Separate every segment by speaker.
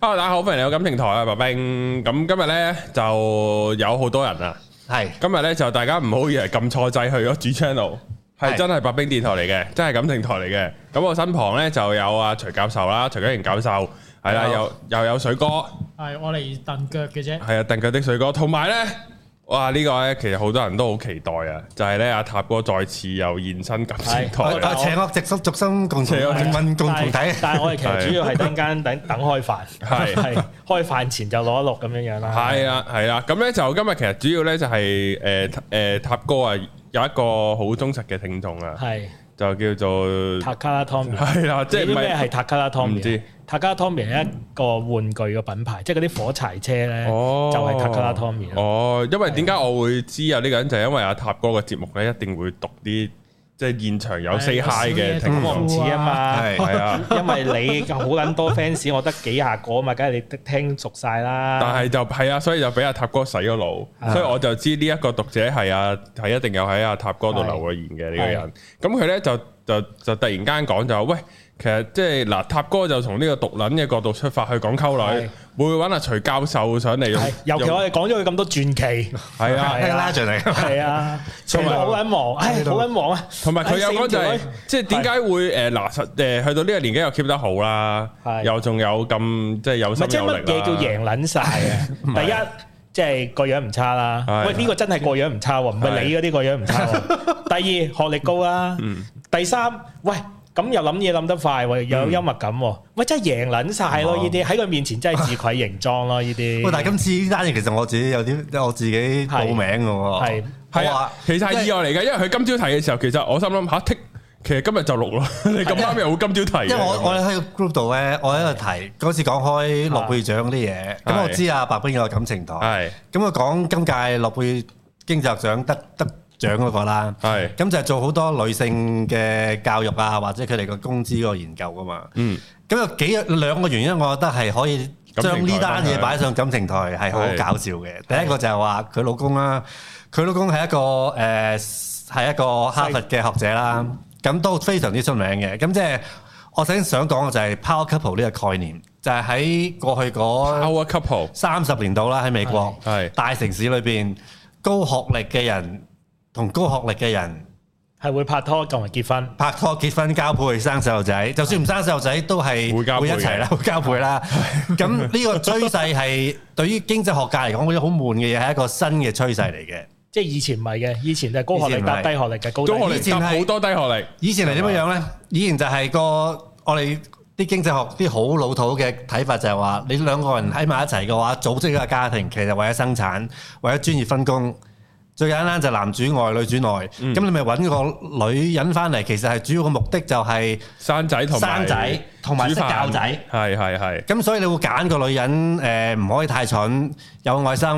Speaker 1: Hello，大家好，歡迎嚟到感情台啊，白冰。咁今日咧就有好多人啊，
Speaker 2: 係
Speaker 1: 今日咧就大家唔好以為撳錯掣去咗主 channel，係
Speaker 2: 係
Speaker 1: 真係白冰電台嚟嘅，真係感情台嚟嘅。咁我身旁咧就有啊徐教授啦，徐家賢教授，係啦，又
Speaker 2: 有
Speaker 1: 又有水哥，
Speaker 3: 係我嚟蹬腳嘅啫，
Speaker 1: 係啊，鄧腳的水哥，同埋咧，哇呢個咧其實好多人都好期待啊，就係咧阿塔哥再次又現身感情台
Speaker 2: 我
Speaker 1: 啊。
Speaker 2: 我邪惡直心逐心共同
Speaker 1: 邪惡直心
Speaker 2: 民共同體，
Speaker 3: 但但係我哋其實主要係 等間等等開飯，
Speaker 1: 係
Speaker 3: 係開飯前就攞一錄咁樣樣啦。
Speaker 1: 系啦，系啦，啊咁咧就今日其實主要咧就係诶诶塔哥啊，有一個好忠實嘅聽眾啊，
Speaker 3: 係
Speaker 1: 就叫做
Speaker 3: 塔卡拉 Tommy，
Speaker 1: 係啦，即
Speaker 3: 即
Speaker 1: 係
Speaker 3: 係
Speaker 1: 唔
Speaker 3: 咩係
Speaker 1: 係
Speaker 3: 塔卡拉
Speaker 1: 唔知
Speaker 3: Tommy？塔卡拉 Tommy 係一個玩具嘅品牌，即係嗰啲火柴車咧，就
Speaker 1: 哦，
Speaker 3: 係塔卡拉 Tommy 啦。
Speaker 1: 哦，因為點解我會知啊有呢個人就係因為阿塔哥嘅節目咧，一定會讀啲即係現場有 say hi 嘅聽
Speaker 3: 咁我
Speaker 1: 眾
Speaker 3: 唔，似啊嘛，
Speaker 2: 係
Speaker 1: 哦係 啊，
Speaker 3: 因為你好撚多 fans，我得幾廿個啊嘛，梗係你得聽熟晒啦。
Speaker 1: 但係就係啊，所以就俾阿塔哥洗咗腦，
Speaker 3: 啊
Speaker 1: 所以我就知呢一個讀者係啊，係一定有喺阿塔哥度留過言嘅呢個人。咁佢咧就就就突然間講就話喂，其實即係嗱，塔哥就從呢個毒撚嘅角度出發去講溝女，會揾阿徐教授上嚟用
Speaker 3: 係，尤其我哋講咗佢咁多傳奇，
Speaker 1: 係啊。
Speaker 2: 係拉住嚟。
Speaker 3: 係 啊，
Speaker 1: 同埋
Speaker 3: 同埋好撚忙，唉，好撚忙啊！
Speaker 1: 同埋佢有講就係、
Speaker 3: 係
Speaker 1: 即係點解會誒嗱實誒去到呢個年紀又 keep 得好啦，
Speaker 3: 係
Speaker 1: 又仲有咁即係有
Speaker 3: 唔係
Speaker 1: 心
Speaker 3: 即係
Speaker 1: 有力
Speaker 3: 乜嘢叫贏撚 晒啊？第一即係個樣唔差啦
Speaker 1: 係。
Speaker 3: 喂，呢個真係個樣唔差喎，唔係你嗰啲個樣唔 差喎。第二學歷高啦，
Speaker 2: 嗯
Speaker 3: 第三喂。咁又諗嘢諗得快喎，又
Speaker 2: 嗯
Speaker 3: 有幽默感喎，喂真係贏撚晒咯！呢啲喺佢面前真係自愧形裝咯，呢啲
Speaker 2: 哦 喂，但係今次呢單嘢其實我自己有啲，我自己報名嘅喎。
Speaker 3: 係
Speaker 1: 係
Speaker 2: 我
Speaker 1: 啊
Speaker 2: 話，
Speaker 1: 其實係意外嚟嘅，因為佢今朝提嘅時候，其實我心諗吓，剔，其實今日就錄咯，你咁啱又好今朝提嘅。
Speaker 2: 因為我
Speaker 1: 咁
Speaker 2: 我喺個 group 度咧，我喺度提嗰次講開諾貝爾獎嗰啲嘢，
Speaker 1: 係
Speaker 2: 咁我知啊，白冰有個感情台，
Speaker 1: 係
Speaker 2: 咁佢講今屆諾貝爾經濟學獎得得獎嗰個啦，
Speaker 1: 係
Speaker 2: 咁就係做好多女性嘅教育啊，或者佢哋個工資個研究噶嘛。
Speaker 1: 嗯，
Speaker 2: 咁有幾兩個原因，我覺得係可以將呢單嘢擺上感情台係好搞笑嘅。第一個就係話佢老公啦，佢老公係一個誒係、一個哈佛嘅學者啦，咁都非常之出名嘅。咁即係我首先想講嘅就係 power couple 呢個概念，就係、喺過去嗰
Speaker 1: Our couple
Speaker 2: 三十年度啦，喺美國
Speaker 1: 係
Speaker 2: 大城市裏邊，高學歷嘅人同高學歷嘅人。
Speaker 3: 係會拍拖同埋結婚，
Speaker 2: 拍拖、結婚、交配、生細路仔，就算唔生細路仔都係
Speaker 1: 會交配
Speaker 2: 會一
Speaker 1: 嘅
Speaker 2: 齊啦，會 交配啦。咁呢個趨勢係對於經濟學界嚟講，嗰啲好悶嘅嘢係一個新嘅趨勢嚟嘅。
Speaker 3: 即係以前唔係嘅，以前就係高學
Speaker 2: 以
Speaker 3: 歷
Speaker 2: 前唔
Speaker 3: 搭
Speaker 2: 係
Speaker 3: 低學歷嘅高低
Speaker 1: 高學
Speaker 2: 以
Speaker 1: 歷
Speaker 2: 前
Speaker 1: 搭
Speaker 2: 係
Speaker 1: 好多低學歷，
Speaker 2: 以前係點樣樣咧？以前就係個我哋啲經濟學啲好老土嘅睇法就係話，你兩個人喺埋一齊嘅話，組織一個家庭其實為咗生產，為咗專業分工。最簡單就男主外女主內，咁、你咪揾個女人翻嚟，其實係主要嘅目的就係、
Speaker 1: 生仔同埋
Speaker 2: 生仔同埋識
Speaker 1: 煮飯
Speaker 2: 教仔，
Speaker 1: 係係係
Speaker 2: 咁所以你會揀個女人誒唔、可以太蠢，有愛心，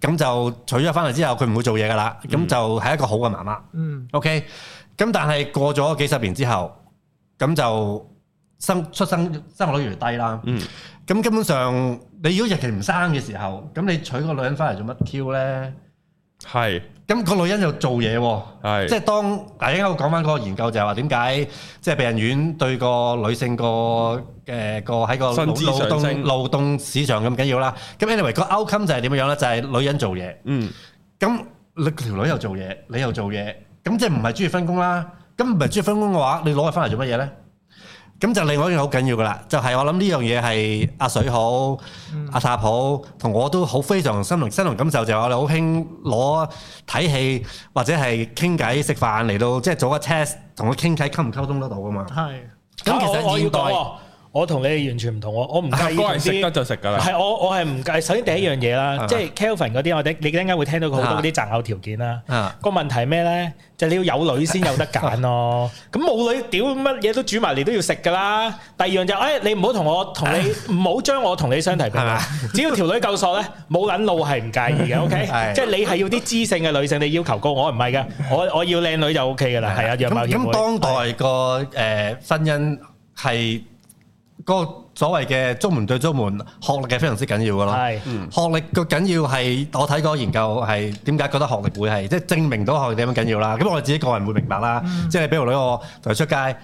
Speaker 2: 咁就娶咗翻嚟之後，佢唔會做嘢噶啦，咁就係一個好嘅媽媽。
Speaker 3: 嗯，
Speaker 2: OK，咁但係過咗幾十年之後，咁就生出生生育率越嚟越低啦。
Speaker 1: 嗯，
Speaker 2: 咁根本上你如果日期唔生嘅時候，咁你娶個女人翻嚟做乜 Q 咧？
Speaker 1: 係
Speaker 2: 咁個女人又做嘢喎。
Speaker 1: 係
Speaker 2: 即係當嗱，應該我講翻嗰個研究就係話點解即係病人院對個女性個誒個喺個
Speaker 1: 薪
Speaker 2: 勞
Speaker 1: 資
Speaker 2: 勞
Speaker 1: 上
Speaker 2: 動
Speaker 1: 升
Speaker 2: 勞動市場咁緊要啦。咁 anyway 個 outcome 就係點樣樣咧？就係、女人做嘢，
Speaker 1: 嗯
Speaker 2: 咁你條女又做嘢，你又做嘢，咁即係唔係專業分工啦？咁唔係專業分工嘅話，你攞佢翻嚟做乜嘢咧？咁就另外一樣好緊要噶啦，就係、我諗呢樣嘢係阿水好、阿塔好同我都好非常心同身同感受，就係、我哋好興攞睇戲或者係傾偈食飯嚟到，即係做個 test 同佢傾偈溝唔溝通得到噶嘛。
Speaker 3: 係。
Speaker 2: 咁其
Speaker 3: 啊我
Speaker 2: 實
Speaker 3: 我要
Speaker 2: 現代啊
Speaker 3: 講喎，我同你哋完全唔同喎，我唔
Speaker 1: 塔
Speaker 3: 介意
Speaker 1: 哥
Speaker 3: 同
Speaker 1: 係食
Speaker 3: 啲
Speaker 1: 得就食㗎啦，
Speaker 3: 係我我係唔計。首先第一樣嘢
Speaker 2: 係
Speaker 3: 啦
Speaker 2: 嘛，
Speaker 3: 即係 Kelvin 嗰啲，我哋你陣間會聽到佢好多嗰啲擇偶條件啦。
Speaker 2: 啊，
Speaker 3: 個問題係咩咧？就係你要有女先有得 揀咯。咁冇女，屌乜嘢都煮埋嚟都要食噶啦。第二樣就誒，你唔好同我同 你唔好將我同你相提並
Speaker 2: 係
Speaker 3: 論
Speaker 2: 嘛。
Speaker 3: 只要條女夠索咧，冇撚路係唔介 意嘅。OK，
Speaker 2: 係
Speaker 3: 即係你係要啲知性嘅女性，你要求高，我唔係嘅，我我要靚女就 OK 噶啦。係啊，樣貌
Speaker 2: 咁
Speaker 3: 協
Speaker 2: 咁
Speaker 3: 會。
Speaker 2: 當代個誒婚姻係個所謂嘅中門對中門，學歷嘅非常之緊要噶咯。
Speaker 3: 係
Speaker 2: 學歷個緊要係我睇過研究係點解覺得學歷會係即係證明到學歷點樣緊要啦。咁我自己個人會明白啦，即係你比如女我同佢出街。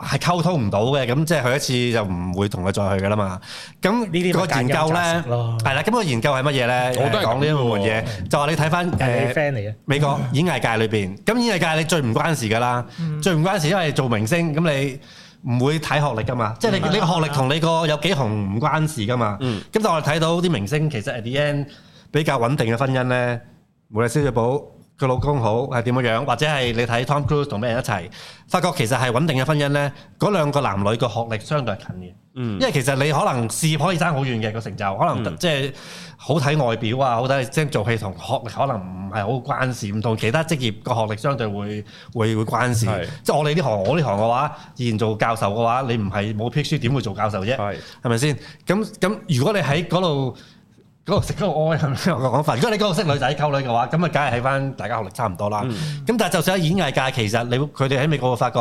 Speaker 2: 係溝通唔到嘅，咁即係佢一次就唔會同佢再去噶啦嘛。咁呢
Speaker 3: 啲咪
Speaker 2: 個
Speaker 3: 揀
Speaker 2: 研究
Speaker 3: 飲擇
Speaker 2: 咧
Speaker 3: 食咯，
Speaker 2: 係啦，咁個研究係乜嘢咧？
Speaker 1: 我都係咁
Speaker 2: 講呢一門
Speaker 1: 喎
Speaker 2: 嘢，就話你睇翻
Speaker 3: 係
Speaker 2: 誒
Speaker 3: 你 friend 嚟嘅，
Speaker 2: 美國演藝界裏邊，咁演藝界你最唔關事噶啦，最唔關事，因為做明星咁你唔會睇學歷噶嘛，即係你你個學歷同你個有幾紅唔關事噶嘛。咁但係我哋睇到啲明星其實 at the end 比較穩定嘅婚姻咧，無論肖若寶佢老公好係點樣樣，或者係你睇 Tom Cruise 同咩人一齊，發覺其實係穩定嘅婚姻咧，嗰兩個男女個學歷相對係近嘅。
Speaker 1: 嗯
Speaker 2: 因為其實你可能事業可以爭好遠嘅個成就，可能即係好睇外表啊，好睇即係做戲同學歷可能唔係好關事，唔同其他職業個學歷相對會會會關事
Speaker 1: 係。
Speaker 2: 即係我哋呢行，我呢行嘅話，以前做教授嘅話，你唔係冇 PhD 點會做教授啫？
Speaker 1: 係
Speaker 2: 係咪先？咁咁如果你喺嗰度。嗰度食嗰度愛係咪 我講法？如果你嗰度識女仔溝女嘅話，咁啊，梗係喺翻大家學歷差唔多啦。咁、但係就算喺演藝界，其實你佢哋喺美國會發覺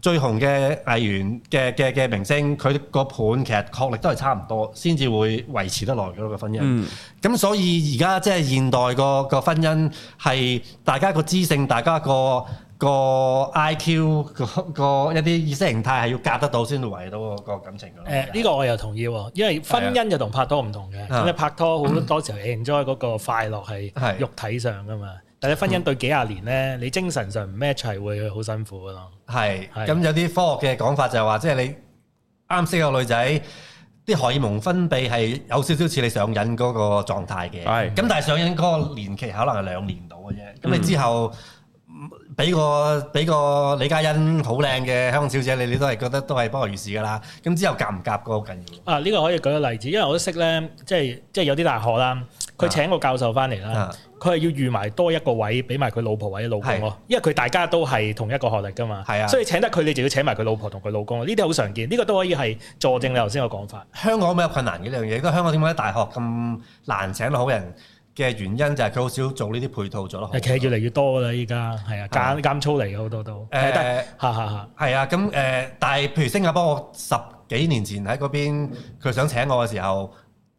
Speaker 2: 最紅嘅藝員嘅嘅嘅明星，佢個盤其實學歷都係差唔多，先至會維持得耐嗰個婚姻。
Speaker 1: 嗯
Speaker 2: 咁、所以而家即係現代個個婚姻係大家個知性，大家個個 IQ 個個一啲意識形態係要夾得到先會維係到個個感情㗎咯。
Speaker 3: 誒呢個我又同意喎，因為婚姻就同拍拖唔同嘅。
Speaker 2: 啊
Speaker 3: 咁你拍拖好多時候 enjoy 嗰個快樂
Speaker 2: 係
Speaker 3: 係肉體上噶嘛，但係你婚姻對幾廿年咧，你精神上唔 match 係會好辛苦噶咯。
Speaker 2: 係，
Speaker 3: 係
Speaker 2: 咁有啲科學嘅講法就係話，即係你啱識個女仔，啲荷爾蒙分泌係有少少似你上癮嗰個狀態嘅。
Speaker 1: 係
Speaker 2: 咁但係上癮嗰個年期可能係兩年到嘅啫。咁你之後嗯俾個俾個李嘉欣好靚嘅香港小姐你，你都係覺得都係不外如是㗎啦。咁之後夾唔夾嗰個好緊要。
Speaker 3: 啊，呢個可以舉個例子，因為我都識咧，即係即係有啲大學啦，佢請個教授翻嚟啦
Speaker 2: 啊，
Speaker 3: 佢係要預埋多一個位俾埋佢老婆或者老公咯，因為佢大家都係同一個學歷噶嘛，
Speaker 2: 係啊
Speaker 3: 所以請得佢你就要請埋佢老婆同佢老公，呢啲好常見，呢個都可以係佐證你頭先嘅講法。
Speaker 2: 香港比較困難嘅呢樣嘢，都香港點解大學咁難請到好人嘅原因就係佢好少做呢啲配套做得好。
Speaker 3: 其實越嚟越多噶啦，依家係啊，監監操嚟嘅好多都，誒
Speaker 2: 誒
Speaker 3: 得嚇嚇嚇，
Speaker 2: 係啊，咁誒、呃但係譬如新加坡，我十幾年前喺嗰邊，佢想請我嘅時候，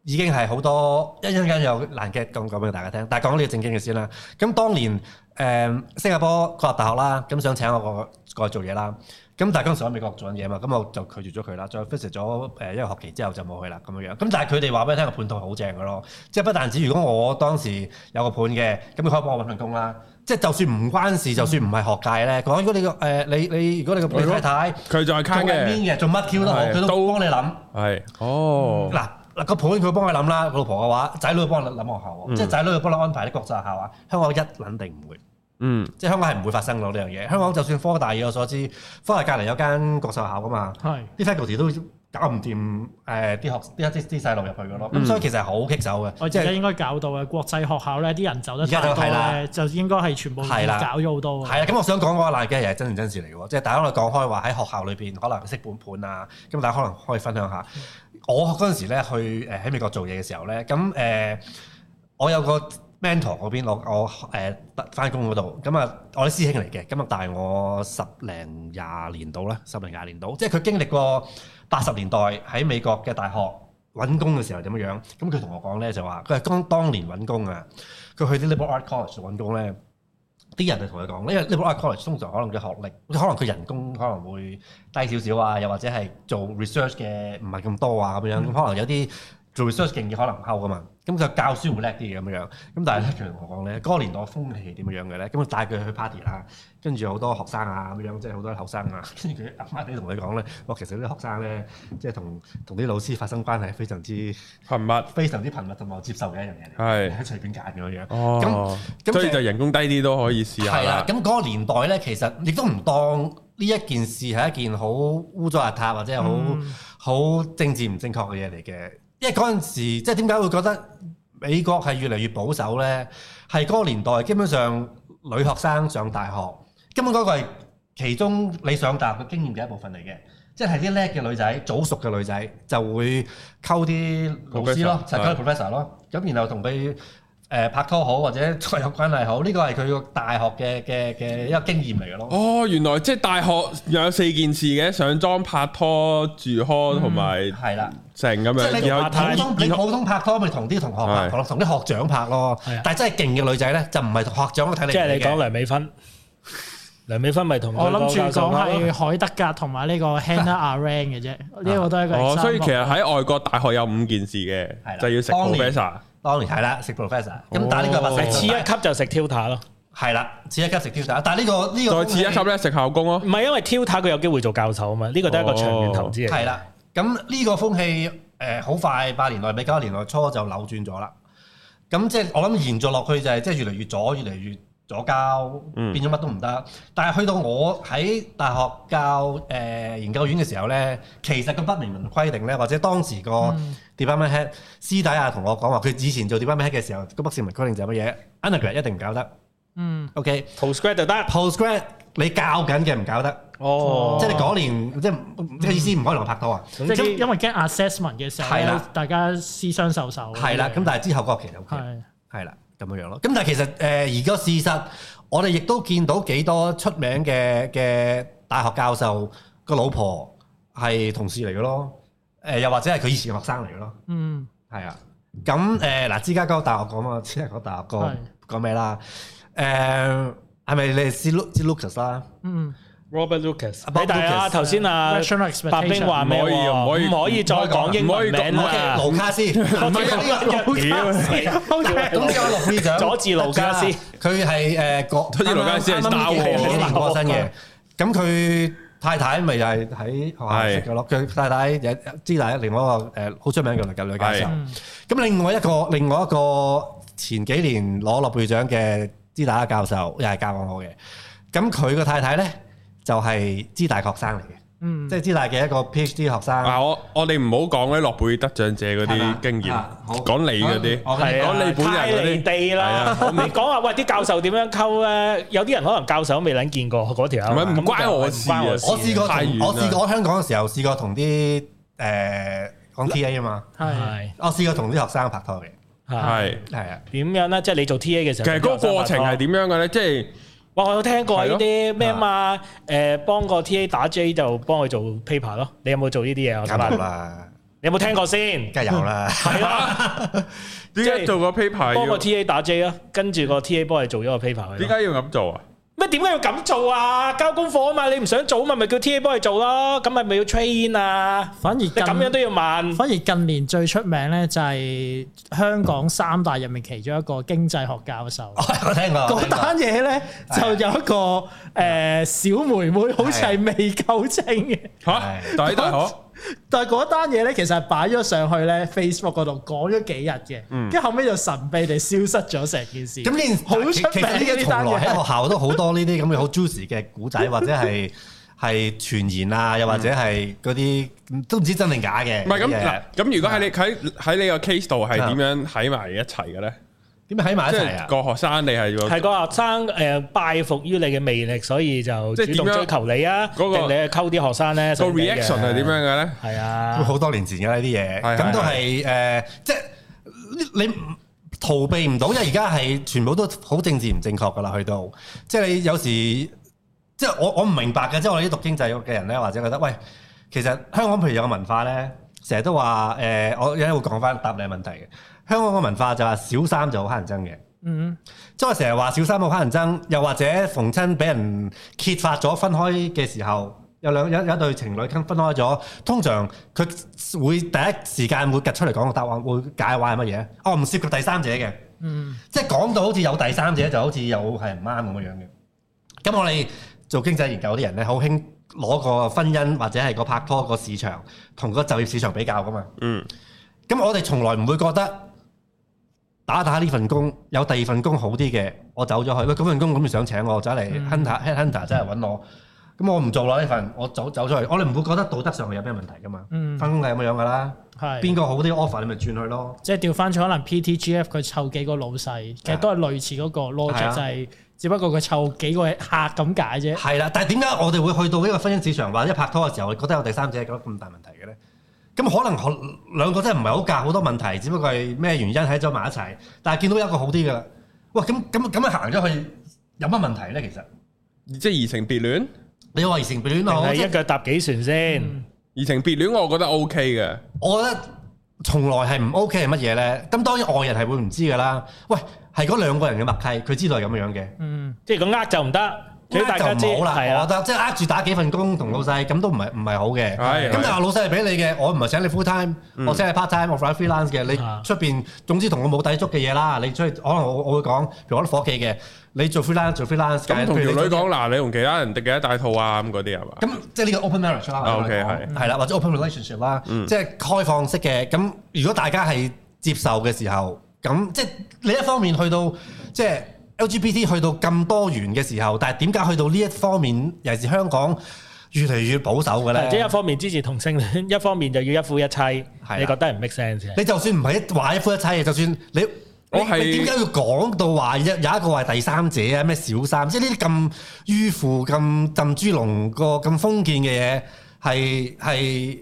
Speaker 2: 已經係好多一陣間有難嘅咁講俾大家聽。但係講呢個正經嘅先啦。咁當年誒、呃新加坡國立大學啦，咁想請我過過去做嘢啦。咁但係嗰陣時我喺美國做緊嘢嘛，咁我就拒絕咗佢啦。再 visit 咗呃誒一個學期之後就冇去啦咁樣樣。咁但係佢哋話俾我聽個判套好正嘅咯，即係不但止如果我當時有個判嘅，咁佢可以幫我揾份工啦。即係就算唔關事，就算唔係學界咧，講如果你個誒、呃你你如果你個
Speaker 1: 係
Speaker 2: 你
Speaker 1: 咯
Speaker 2: 太太
Speaker 1: 佢再
Speaker 2: 做
Speaker 1: 坑嘅，
Speaker 2: 邊嘅，做乜 Q 都好，
Speaker 1: 係
Speaker 2: 佢都
Speaker 1: 都
Speaker 2: 幫你諗。
Speaker 1: 係哦，
Speaker 2: 嗱嗱個盤佢幫佢諗啦，老婆嘅話，仔女幫你諗學校喎，即係仔女幫你安排啲國際學校啊。香港一撚定唔會，
Speaker 1: 嗯
Speaker 2: 即係香港係唔會發生到呢樣嘢。香港就算科大以我所知，科大隔離有間國際學校噶嘛，
Speaker 3: 係
Speaker 2: 啲 faculty 都搞唔掂誒啲學啲啲啲細路入去嘅咯。咁所以其實係好棘手嘅，
Speaker 4: 我而
Speaker 2: 嗯哦即
Speaker 4: 家
Speaker 2: 係
Speaker 4: 應該搞到嘅國際學校咧，啲人走得太
Speaker 2: 而家就
Speaker 4: 多
Speaker 2: 係啦
Speaker 4: 咧，就應該係全部已經
Speaker 2: 係啦
Speaker 4: 搞咗好多啊。
Speaker 2: 係啦。咁我想講嗰個爛嘅嘢係真人真事嚟嘅喎，即係大家都講開話喺學校裏邊可能識本盤啊，咁大家可能可以分享下。我嗰陣時咧去誒喺美國做嘢嘅時候咧，咁誒、呃我有個 mentor 嗰邊，我我誒翻工嗰度，咁啊我啲師兄嚟嘅，咁啊大我十零廿年到啦，十零廿年到，即係佢經歷過八十年代喺美國嘅大學揾工嘅時候點樣樣，咁佢同我講咧就話，佢係當當年揾工啊，佢去啲 liberal art college 度揾工咧。啲人就同佢講，因為 liberal art college 通常可能佢學歷，可能佢人工可能會低少少啊，又或者係做 research 嘅唔係咁多啊咁樣，咁可能有啲做 research 勁嘅可能唔溝噶嘛，咁就教書會叻啲嘅咁樣，咁但係咧佢同我講咧，嗰、個年代風氣係點樣嘅咧，咁我帶佢去 party 啦，跟住好多學生啊咁樣，即係好多後生啊， 跟住佢阿媽你同佢講咧，我其實啲學生咧，即係同同啲老師發生關係係非常之
Speaker 1: 頻密
Speaker 2: 非常之頻密同埋我接受嘅一樣嘢嚟，
Speaker 1: 係
Speaker 2: 隨便揀咁樣樣。
Speaker 1: 哦，
Speaker 2: 咁
Speaker 1: 所以
Speaker 2: 即係
Speaker 1: 就人工低啲都可以試下
Speaker 2: 係啦
Speaker 1: 啦，，
Speaker 2: 咁嗰個年代咧，其實亦都唔當呢一件事係一件好污糟邋遢或者係好
Speaker 1: 嗯
Speaker 4: 嗯
Speaker 2: 好政治唔正確嘅嘢嚟嘅，因為嗰陣時即係點解會覺得美國係越嚟越保守咧？係嗰個年代基本上女學生上大學，根本嗰個係其中你上大學嘅經驗嘅一部分嚟嘅。即係啲叻嘅女仔、早熟嘅女仔就會溝啲老師咯，就
Speaker 1: Professor，
Speaker 2: 溝啲 professor 咯。咁然後同佢誒拍拖好或者再有關係好，呢個係佢個大學嘅嘅嘅一個經驗嚟嘅咯。
Speaker 1: 哦，原來即係大學有四件事嘅，上妝、拍拖、住科同埋
Speaker 2: 係啦，
Speaker 1: 成咁
Speaker 2: 嗯即係
Speaker 1: 樣，
Speaker 2: 你
Speaker 1: 然後
Speaker 2: 普通你普通拍拖咪同啲同學拍咯，同啲學長拍咯
Speaker 3: 係啊。
Speaker 2: 但係真係勁嘅女仔咧，就唔係同學長都睇你
Speaker 3: 即係
Speaker 2: 嘅。
Speaker 3: 你講梁美芬梁美芬咪同佢
Speaker 4: 我諗住
Speaker 3: 個教授
Speaker 4: 講
Speaker 3: 講
Speaker 4: 係海德格同埋呢個 Hannah Arendt 嘅啫，呢 個都係一個
Speaker 1: 哦，所以
Speaker 4: example
Speaker 1: 其實喺外國大學有五件事
Speaker 2: 係啦
Speaker 1: 嘅，就要食
Speaker 2: 當年
Speaker 1: professor。
Speaker 2: 當然係啦，食 professor。咁但係呢個係白
Speaker 3: 係
Speaker 2: 色
Speaker 3: 次一級就食 tilta 咯，
Speaker 2: 係啦，次一級食 t 打，但係呢個呢個
Speaker 1: 再次一級咧食校工咯
Speaker 3: 唔。係因為 tilta 佢有機會做教授啊嘛，呢個都係一個長遠投資嚟
Speaker 2: 係
Speaker 3: 嘅。
Speaker 2: 啦，咁呢個風氣誒好快八年內比九年內初就扭轉咗啦。咁即係我諗延續落去就係即係越嚟越左，越嚟越左交，
Speaker 1: 嗯
Speaker 2: 變咗乜都唔得。但係去到我喺大學教誒、呃研究院嘅時候咧，其實個不明文規定咧，或者當時個 department head 私底下同我講話，佢以前做 department head 嘅時候，個不明文規定就係乜嘢？undergrad 一定唔搞得
Speaker 4: 嗯，
Speaker 2: ，OK。
Speaker 3: Postgrad 就得，
Speaker 2: postgrad 你教緊嘅唔搞得，
Speaker 3: 哦
Speaker 2: 即係你嗰年即係即係意思唔可以同我拍拖啊。
Speaker 4: 即係因為驚 assessment 嘅時候
Speaker 2: 係
Speaker 4: 咧
Speaker 2: 啦，
Speaker 4: 大家私相授受。
Speaker 2: 係啦，咁但係之後嗰個期就 OK，
Speaker 4: 哦係
Speaker 2: 係啦咁樣樣咯。咁但係其實誒而家事實，我哋亦都見到幾多出名嘅嘅大學教授個老婆係同事嚟嘅咯，誒又或者係佢以前嘅學生嚟嘅咯，
Speaker 4: 嗯
Speaker 2: 係啊。咁誒嗱，芝加哥大學講啊，芝加哥大學講
Speaker 4: 係
Speaker 2: 講咩啦？誒係咪你係知 Lu 知 Lucas 啦？
Speaker 4: 嗯
Speaker 3: Robert Lucas，
Speaker 2: Bob
Speaker 3: 你大家
Speaker 2: Lucas
Speaker 3: 頭先啊
Speaker 4: Rational，
Speaker 3: 白冰話咩喎？
Speaker 1: 唔可以唔可以
Speaker 3: 唔可以再講英文
Speaker 1: 唔
Speaker 3: 名
Speaker 1: 可以
Speaker 2: 嘅
Speaker 3: 啦。
Speaker 2: 盧卡斯，唔 咁呢個陸會長，
Speaker 3: 佐治盧加斯
Speaker 2: 佢係 誒國，
Speaker 1: 佐治盧加斯係
Speaker 2: 啱啱呢幾
Speaker 1: Star Wars
Speaker 2: 年過身嘅。咁佢太太咪又係喺學校識嘅咯。佢太太有知大另外一個誒好出名嘅女教授。
Speaker 4: 嗯
Speaker 2: 咁另外一個另外一個前幾年攞諾貝爾獎嘅知大教授，又係教過我嘅。咁佢個太太咧就係知大學生嚟嘅，
Speaker 4: 嗯
Speaker 2: 即，係知大嘅一個 PhD 學生。
Speaker 1: 嗱，我我哋唔好講咧諾貝爾得獎者嗰
Speaker 2: 啊係嘛
Speaker 1: 啲經驗
Speaker 2: 啊好，
Speaker 1: 講你嗰啲。
Speaker 2: 我
Speaker 3: 係啊
Speaker 1: 講你本
Speaker 3: 太離
Speaker 1: 人嗰啲
Speaker 3: 地啦
Speaker 1: 係！啊
Speaker 3: 你講話喂啲教授點樣溝咧？有啲人可能教授都未撚見過嗰條友，
Speaker 1: 唔係唔
Speaker 3: 咁
Speaker 1: 關
Speaker 3: 就
Speaker 1: 我
Speaker 3: 唔
Speaker 1: 事
Speaker 3: 關
Speaker 1: 啊
Speaker 2: 我試過同
Speaker 1: 太遠啦
Speaker 2: 我試過喺香港嘅時候試過同啲誒講 TA 啊嘛，
Speaker 4: 係
Speaker 3: 係
Speaker 2: 我試過同啲學生拍拖嘅，
Speaker 3: 係
Speaker 1: 係，
Speaker 2: 係啊，
Speaker 3: 點樣咧？即係你做 T A 嘅時
Speaker 1: 其
Speaker 3: 候，
Speaker 1: 實嗰個過程係點樣嘅咧？即係
Speaker 3: 哇！我有聽過
Speaker 1: 係
Speaker 3: 呢
Speaker 1: 咯
Speaker 3: 啲咩嘛？誒，幫個 T A 打 J 就幫佢做 paper 咯。你有冇做呢啲嘢？我
Speaker 2: 梗
Speaker 3: 想
Speaker 2: 係有
Speaker 3: 問，
Speaker 2: 啦，
Speaker 3: 你有冇聽過先？
Speaker 2: 啊梗係有啦，
Speaker 3: 係啦，
Speaker 1: 點解做個 paper
Speaker 3: 幫個
Speaker 1: 要？
Speaker 3: T A 打 J 咯，跟住個 T A 幫佢做咗個 paper 佢
Speaker 1: 啊點
Speaker 3: 咯。
Speaker 1: 解要咁做啊？
Speaker 3: 咩點解要咁做啊？交功課啊嘛，你唔想做嘛，咪叫 T A 幫佢做咯。咁咪咪要 train 啊？
Speaker 4: 反而
Speaker 3: 你咁樣
Speaker 4: 近
Speaker 3: 都要問？
Speaker 4: 反而近年最出名咧就係香港三大入面其中一個經濟學教授。
Speaker 2: 我聽過，我
Speaker 4: 嗰
Speaker 2: 聽過
Speaker 4: 單嘢咧就有一個誒小妹妹，好似係未夠清嘅。
Speaker 1: 吓，
Speaker 2: 係
Speaker 1: 但喺大學
Speaker 4: 但係嗰單嘢咧，其實係擺咗上去咧 Facebook 嗰度講咗幾日嘅，跟住後尾就神秘地消失咗成件事。
Speaker 2: 咁呢件
Speaker 4: 好出名
Speaker 2: 其其實呢啲
Speaker 4: 呢
Speaker 2: 從
Speaker 4: 單
Speaker 2: 來
Speaker 4: 嘢
Speaker 2: 喺學校都好多呢啲咁嘅好 juicy 嘅古仔，或者係係傳言啊，又或者係嗰啲都唔知真定假嘅。
Speaker 1: 唔係咁
Speaker 2: 啲嘢
Speaker 1: 嗱，咁如果喺你喺喺你個 case 度係點樣喺埋一齊嘅咧？
Speaker 2: 點解喺埋一
Speaker 1: 即
Speaker 2: 齊啊
Speaker 1: 係？個學生你係要
Speaker 3: 係個學生誒拜服於你嘅魅力，所以就
Speaker 1: 即
Speaker 3: 主
Speaker 1: 係點
Speaker 3: 動
Speaker 1: 樣
Speaker 3: 追求你啊，定
Speaker 1: 嗰個
Speaker 3: 你係溝啲學生咧？
Speaker 1: 個 reaction 係點樣？嘅咧？
Speaker 3: 係
Speaker 2: 咁
Speaker 3: 啊，
Speaker 2: 好多年前嘅呢啲嘢，
Speaker 1: 係
Speaker 2: 咁
Speaker 1: 係
Speaker 2: 都係誒，即係你你逃避唔到，因為而家係全部都好政治唔正確噶啦，去到即係你有時即係我我唔明白嘅，即係我哋啲讀經濟嘅人咧，或者覺得喂，其實香港譬如有個文化咧，成日都話誒、呃我有陣會講翻答你嘅問題嘅。香港嘅文化就話小三就好乞人憎嘅，
Speaker 4: 嗯，
Speaker 2: 即係我成日話小三好乞人憎，又或者逢親俾人揭發咗分開嘅時候，有兩有有一對情侶分開咗，通常佢會第一時間會趌出嚟講個答案，會解話係乜嘢？哦，唔涉及第三者嘅，
Speaker 4: 嗯，
Speaker 2: 即係講到好似有第三者就好似有係唔啱咁樣樣嘅。咁我哋做經濟研究啲人咧，好興攞個婚姻或者係個拍拖個市場同個就業市場比較噶嘛。
Speaker 1: 嗯，
Speaker 2: 咁我哋從來唔會覺得打打呢份工有第二份工好啲嘅，我走咗去。喂，嗰份工咁你想請我，走嚟
Speaker 3: 嗯
Speaker 2: hunter head hunter 真係揾我，咁我唔做啦呢份，我走走出去。我哋唔會覺得道德上有咩問題噶嘛。
Speaker 4: 嗯
Speaker 2: 分工係咁樣噶啦，
Speaker 4: 係。
Speaker 2: 邊個好啲 offer 你咪轉去咯。
Speaker 4: 即係調翻轉，可能 PTGF 佢湊幾個老細，其實都係類似嗰個
Speaker 2: 係啊
Speaker 4: logic，就係只不過佢湊幾個客咁解啫。
Speaker 2: 係啦，但係點解我哋會去到呢個婚姻市場或者拍拖嘅時候，覺得有第三者覺得咁大問題嘅咧？咁可能可兩個真係唔係好夾，好多問題，只不過係咩原因喺咗埋一齊，但係見到有一個好啲嘅啦。哇！咁咁咁樣行咗去，有乜問題咧？其實
Speaker 1: 即係移情別戀，
Speaker 2: 你話異性戀
Speaker 3: 定
Speaker 2: 好，
Speaker 3: 係
Speaker 2: 即
Speaker 3: 一
Speaker 2: 係嗯
Speaker 3: 腳踏幾船先？
Speaker 1: 移情別戀我覺得 OK 嘅。
Speaker 2: 我覺得從來係唔 OK 係乜嘢咧？咁當然外人係會唔知㗎啦。喂，係嗰兩個人嘅默契，佢知道係咁樣嘅。
Speaker 4: 嗯，
Speaker 3: 即係個呃就唔得，俾大家知
Speaker 2: 就唔好啦，
Speaker 3: 係啊
Speaker 2: 我覺得即係呃住打幾份工同老細，咁都唔係唔係好
Speaker 1: 係
Speaker 2: 嘅。咁但
Speaker 1: 係
Speaker 2: 係老細係俾你嘅，我唔係請你 full time，
Speaker 1: 嗯
Speaker 2: 我請你 part time，我 freelance 嘅。你
Speaker 4: 啊
Speaker 2: 出邊總之同我冇抵觸嘅嘢啦，你出去可能我我會講，譬如我啲伙計嘅，你做 freelance 做 freelance 嘅
Speaker 1: 咁同
Speaker 2: 譬如
Speaker 1: 條
Speaker 2: 你做
Speaker 1: 女講嗱，你同其他人敵嘅一大套啊咁嗰啲係嘛？
Speaker 2: 咁即係呢個 open marriage 啦，
Speaker 1: 啊
Speaker 2: 我哋
Speaker 1: OK，
Speaker 2: 講
Speaker 1: 係
Speaker 2: 係啦，或者 open relationship 啦，即係開放式嘅。咁如果大家係接受嘅時候，咁即係你一方面去到即係 LGBT 去到咁多元嘅時候，但係點解去到呢一方面，尤其是香港越嚟越保守嘅
Speaker 3: 即係一
Speaker 2: 咧？
Speaker 3: 方面支持同性戀， 一方面就要一夫一妻，
Speaker 2: 啦
Speaker 3: 你覺得唔 make sense 嘅？
Speaker 2: 你就算唔係一話一夫一妻嘅，就算你
Speaker 1: 我
Speaker 2: 你
Speaker 1: 係
Speaker 2: 你點解要講到話有有一個話第三者啊咩小三，即係呢啲咁迂腐、咁浸豬籠個咁封建嘅嘢，係係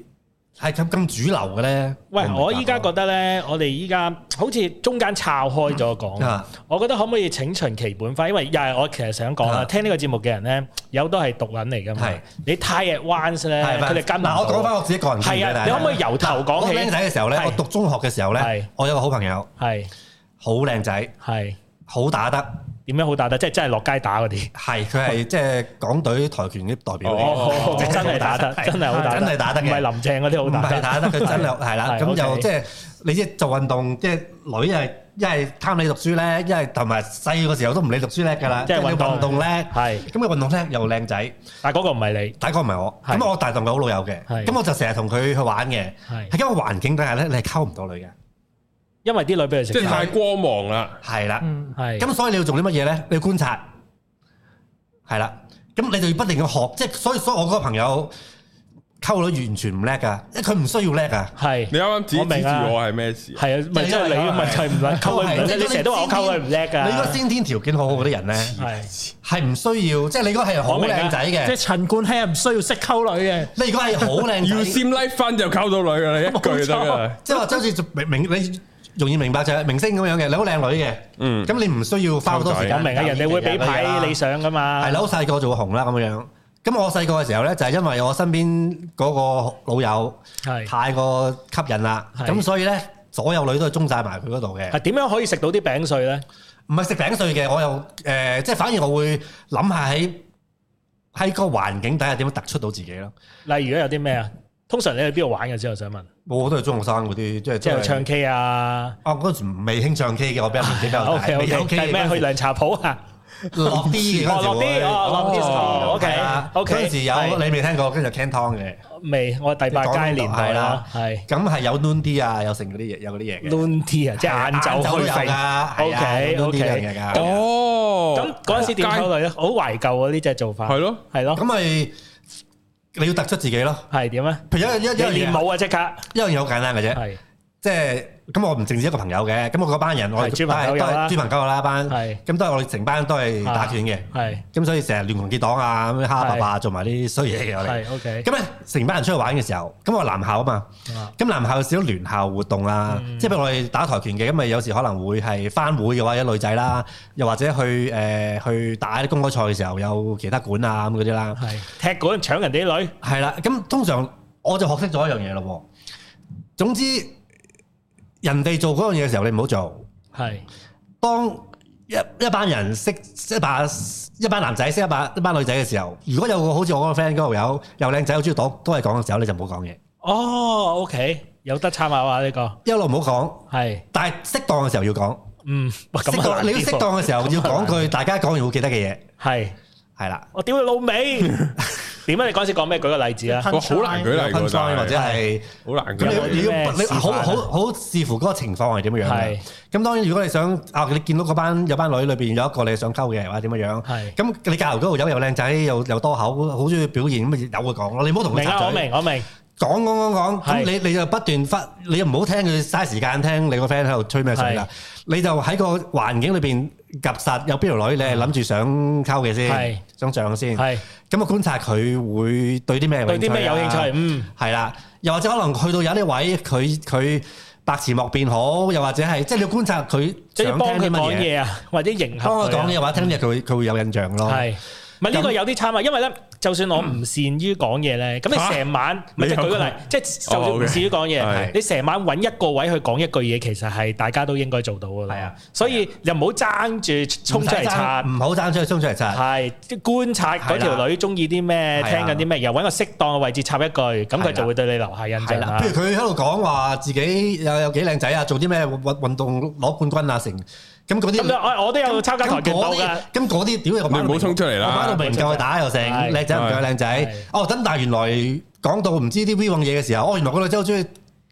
Speaker 2: 係咁咁主流嘅咧？
Speaker 3: 喂，我依家覺
Speaker 2: 個
Speaker 3: 得咧，我哋依家好似中間岔開咗講，
Speaker 2: 啊
Speaker 3: 我覺得可唔可以請循其本法？因為又係我其實想講啦，
Speaker 2: 啊
Speaker 3: 聽呢個節目嘅人咧，有好多係毒撚嚟噶嘛
Speaker 2: 係，
Speaker 3: 你太 at once 咧，
Speaker 2: 係
Speaker 3: 佢哋跟唔
Speaker 2: 嗱，我講翻
Speaker 3: 到。
Speaker 2: 我自己個人
Speaker 3: 係啊，你可唔可以由頭
Speaker 2: 我
Speaker 3: 講
Speaker 2: 僆
Speaker 3: 起？
Speaker 2: 仔嘅時候咧，
Speaker 3: 係
Speaker 2: 我讀中學嘅時候
Speaker 3: 係
Speaker 2: 咧，我有個好朋友，
Speaker 3: 係
Speaker 2: 好靚仔，
Speaker 3: 係
Speaker 2: 好打得，
Speaker 3: 點樣好打得？即係真係落街打嗰啲。
Speaker 2: 係佢係即係港隊跆拳啲代表嚟嘅。
Speaker 3: 哦，真係打得，真係好打得，
Speaker 2: 真係打得嘅
Speaker 3: 唔係林鄭嗰啲好
Speaker 2: 唔
Speaker 3: 打
Speaker 2: 係
Speaker 3: 得。
Speaker 2: 打得佢真係係啦，
Speaker 3: 係
Speaker 2: 咁
Speaker 3: OK
Speaker 2: 就即係你即係做運動，即係女係一係貪你讀書叻，一係同埋細個時候都唔理讀書叻㗎啦，
Speaker 3: 即
Speaker 2: 即
Speaker 3: 係
Speaker 2: 係
Speaker 3: 運
Speaker 2: 你
Speaker 3: 動
Speaker 2: 運動叻，
Speaker 3: 係，
Speaker 2: 咁佢運動叻又靚仔，
Speaker 3: 但係嗰個唔係你。
Speaker 2: 大哥唔係我，
Speaker 3: 係
Speaker 2: 咁我大同佢好老友嘅，
Speaker 3: 係
Speaker 2: 咁我就成日同佢去玩嘅，
Speaker 3: 係
Speaker 2: 喺一個環境底下咧，你係溝唔到女嘅，
Speaker 3: 因為啲女俾佢食
Speaker 1: 即係
Speaker 3: 飯
Speaker 1: 太光芒啦，
Speaker 2: 係啦，
Speaker 4: 嗯，
Speaker 3: 係
Speaker 2: 咁所以你要做啲乜嘢咧？你要觀察，係啦，咁你就要不斷去學，即係所以所以我嗰個朋友溝女完全唔叻㗎，因為佢唔需要叻㗎。
Speaker 3: 係
Speaker 1: 你啱啱指
Speaker 3: 我
Speaker 1: 指
Speaker 3: 明
Speaker 1: 住
Speaker 3: 啊
Speaker 1: 我係咩事啊？
Speaker 3: 係啊，咪即係你
Speaker 2: 係
Speaker 3: 咪就係唔 撚溝佢唔叻，你成日都話我溝佢唔叻㗎。
Speaker 2: 你嗰個先天條件好好嗰啲人咧，
Speaker 3: 係
Speaker 2: 係唔需要，即係你嗰個係好靚仔
Speaker 4: 即係
Speaker 2: 嘅，
Speaker 4: 陳冠希係唔需要識溝女嘅，
Speaker 2: 你如果係好
Speaker 1: 要
Speaker 2: 靚仔，
Speaker 1: seem like fun 就溝到女㗎啦，一句就得㗎啦。
Speaker 2: 即係話周似明明你容易明白就係明星咁樣嘅，你好靚女嘅，
Speaker 1: 嗯
Speaker 2: 咁你唔需要花好多時間。
Speaker 3: 我明啊，人哋會俾牌你
Speaker 2: 想，
Speaker 3: 上㗎嘛。
Speaker 2: 係啦，好細個就會紅啦咁樣。咁我細個嘅時候咧，就係因為我身邊嗰個老友
Speaker 3: 係
Speaker 2: 太過吸引啦，
Speaker 3: 係
Speaker 2: 咁所以咧所有女都係中晒埋佢嗰度嘅。
Speaker 3: 係點樣可以食到啲餅碎咧？
Speaker 2: 唔係食餅碎嘅，我又誒、呃即係反而我會諗下喺喺個環境底下點樣突出到自己咯。
Speaker 3: 例如有啲咩啊？通常你去邊度玩嘅先？我想問，
Speaker 2: 我都係中學生嗰啲，即係
Speaker 3: 即係去
Speaker 2: 真係
Speaker 3: 唱 K 啊
Speaker 2: 啊！嗰陣時未興唱 K 嘅，我比較年紀比較大，
Speaker 3: ？OK
Speaker 2: 未
Speaker 3: OK，
Speaker 2: 有 K
Speaker 3: 係
Speaker 2: 嘅
Speaker 3: 咩？去
Speaker 2: 嗰陣
Speaker 3: 涼茶鋪啊？
Speaker 2: 時落啲嘅嗰陣
Speaker 3: 哦
Speaker 2: 時
Speaker 3: 落
Speaker 2: 會
Speaker 3: 啲哦落啲哦，OK，
Speaker 2: 係啊
Speaker 3: OK，
Speaker 2: 嗰陣時有
Speaker 3: 係
Speaker 2: 你未聽過，跟住 Can 湯嘅，
Speaker 3: 未，我第八街年代啦，係
Speaker 2: 咁係有 noon 啲啊，有剩嗰啲嘢，有嗰啲嘢嘅。
Speaker 3: noon tea 啊，即係晏晝
Speaker 2: 都
Speaker 3: 去
Speaker 2: 有
Speaker 3: 肥
Speaker 2: 㗎，係。啊
Speaker 3: OK，
Speaker 2: 有 noon tea 呢
Speaker 3: OK
Speaker 2: 樣嘢㗎。啊
Speaker 1: 哦，
Speaker 3: 咁嗰陣時點溝女咧？好懷舊啊！呢只做法
Speaker 1: 係咯，
Speaker 3: 係咯，
Speaker 2: 咁咪你要突出自己咯。
Speaker 3: 係點咧？
Speaker 2: 譬如一一
Speaker 3: 你
Speaker 2: 一樣
Speaker 3: 練
Speaker 2: 嘢，
Speaker 3: 舞啊！即刻
Speaker 2: 一樣嘢好簡單嘅啫。
Speaker 3: 係
Speaker 2: 即係咁，我唔淨止一個朋友嘅，咁我嗰班人我
Speaker 3: 係
Speaker 2: 哋
Speaker 3: 豬
Speaker 2: 都
Speaker 3: 朋狗
Speaker 2: 係
Speaker 3: 友
Speaker 2: 都
Speaker 3: 啦
Speaker 2: 係豬朋狗友啦班，
Speaker 3: 係啊
Speaker 2: 咁都係我哋成班都係打拳嘅，
Speaker 3: 係
Speaker 2: 咁所以成日亂狂結黨啊，咁樣蝦爸爸做埋啲衰嘢嘅我哋。
Speaker 3: 係 OK
Speaker 2: 咁咧，成班人出去玩嘅時候，咁我男校啊嘛，
Speaker 3: 啊嗯
Speaker 2: 咁男校有少少聯校活動啦，即係譬如我哋打跆拳嘅，咁咪有時可能會係翻會嘅話，有女仔啦，又或者去誒、呃去打啲公開賽嘅時候，有其他館啊咁嗰啲啦。
Speaker 3: 係踢館搶人哋啲女，
Speaker 2: 係啦，咁通常我就學識咗一樣嘢咯喎。總之，人哋做嗰樣嘢嘅時候，你唔好做。
Speaker 3: 係
Speaker 2: 當一一班人識一班一班男仔識一班一班女仔嘅時候，如果有個好似我嗰個 friend 嗰度有又靚仔又中意講都係講嘅時候，你就唔好講嘢，
Speaker 3: 哦 Oh, OK 有得參考啊呢個
Speaker 2: 一路唔好講。
Speaker 3: 係
Speaker 2: 但係適當嘅時候要講，
Speaker 3: 嗯哇咁
Speaker 2: 適
Speaker 3: 啊
Speaker 2: 當
Speaker 3: 難
Speaker 2: 你要
Speaker 3: 啲
Speaker 2: 適
Speaker 3: 喎
Speaker 2: 當嘅時候要講
Speaker 1: 啊
Speaker 2: 句大家講完會記得嘅嘢，
Speaker 3: 係
Speaker 2: 係啦。
Speaker 3: 我屌你老味點啊！你嗰陣時講咩？舉個例子啊！
Speaker 1: 哇，好難舉例
Speaker 2: 分
Speaker 1: 喎，真係
Speaker 2: 裝或者係。
Speaker 1: 好難
Speaker 2: 咁
Speaker 1: 舉
Speaker 2: 你
Speaker 1: 例
Speaker 2: 要你
Speaker 3: 有啲咩
Speaker 2: 要你
Speaker 3: 示範啊
Speaker 2: 好好好視乎嗰個情況係點樣樣
Speaker 3: 係
Speaker 2: 嘅。咁當然，如果你想啊，你見到嗰班有班女裏邊有一個你想溝嘅，或者點樣樣，
Speaker 3: 係
Speaker 2: 咁你隔離嗰度有又靚仔又又多口，好中意表現，咁咪有佢講咯。你唔好同佢
Speaker 3: 明
Speaker 2: 插
Speaker 3: 啊！我
Speaker 2: 嘴，
Speaker 3: 明我明
Speaker 2: 講講講講，
Speaker 3: 係
Speaker 2: 咁你你就不斷忽，你又唔好聽佢嘥時間聽你個 friend 喺度吹咩水啦。你就喺個環境裏邊夾實有邊條女，你係諗住想溝嘅
Speaker 3: 嗯係
Speaker 2: 先，想像先。
Speaker 3: 係
Speaker 2: 咁啊，觀察佢會對啲咩
Speaker 3: 對啲咩有興趣？嗯
Speaker 2: 啊係啦，又或者可能去到有啲位，佢佢百詞莫辯好，又或者係即係你要觀察佢
Speaker 3: 即係
Speaker 2: 想聽
Speaker 3: 幫佢
Speaker 2: 啲乜
Speaker 3: 講
Speaker 2: 嘢，
Speaker 3: 嘢啊，或者迎合
Speaker 2: 幫佢講
Speaker 3: 啊
Speaker 2: 嘢嘅話，聽啲嘢佢會佢會有印象咯。
Speaker 3: 係唔係呢個有啲差啊，因為咧，就算我唔善於講嘢咧，咁
Speaker 1: 嚇
Speaker 3: 你成晚，咪
Speaker 1: 你
Speaker 3: 即係
Speaker 1: 有
Speaker 3: 舉個例
Speaker 1: 講，
Speaker 3: 即係就算唔善於講
Speaker 1: 係
Speaker 3: 嘢，你成晚揾一個位去講一句嘢，其實係大家都應該做到噶
Speaker 2: 係
Speaker 3: 啦
Speaker 2: 啊。
Speaker 3: 所以又唔好爭住衝出嚟刷，
Speaker 2: 唔好爭出去，衝出嚟擦。
Speaker 3: 係即係觀察嗰條女中意啲
Speaker 2: 係
Speaker 3: 咩，
Speaker 2: 啦
Speaker 3: 聽緊啲咩，又揾個適當嘅位置插一句，咁
Speaker 2: 係
Speaker 3: 佢
Speaker 2: 啦
Speaker 3: 就會對你留下印
Speaker 2: 係
Speaker 3: 象
Speaker 2: 啦，
Speaker 3: 啦
Speaker 2: 譬。如佢喺度講話自己有有幾靚仔啊，做啲咩運運動攞冠軍啊，成咁嗰啲。
Speaker 3: 咁我我都有參加跆
Speaker 2: 咁
Speaker 3: 拳道
Speaker 2: 嗰
Speaker 3: 㗎
Speaker 2: 啲，，咁嗰啲屌又
Speaker 1: 你唔好衝出嚟啦
Speaker 2: 我擺到明唔夠佢打又成，
Speaker 3: 係
Speaker 2: 靚仔唔夠佢靚
Speaker 3: 係
Speaker 2: 仔。哦，咁但係原來講到唔知啲 V 運嘢嘅時候，哦，原來個女仔好中意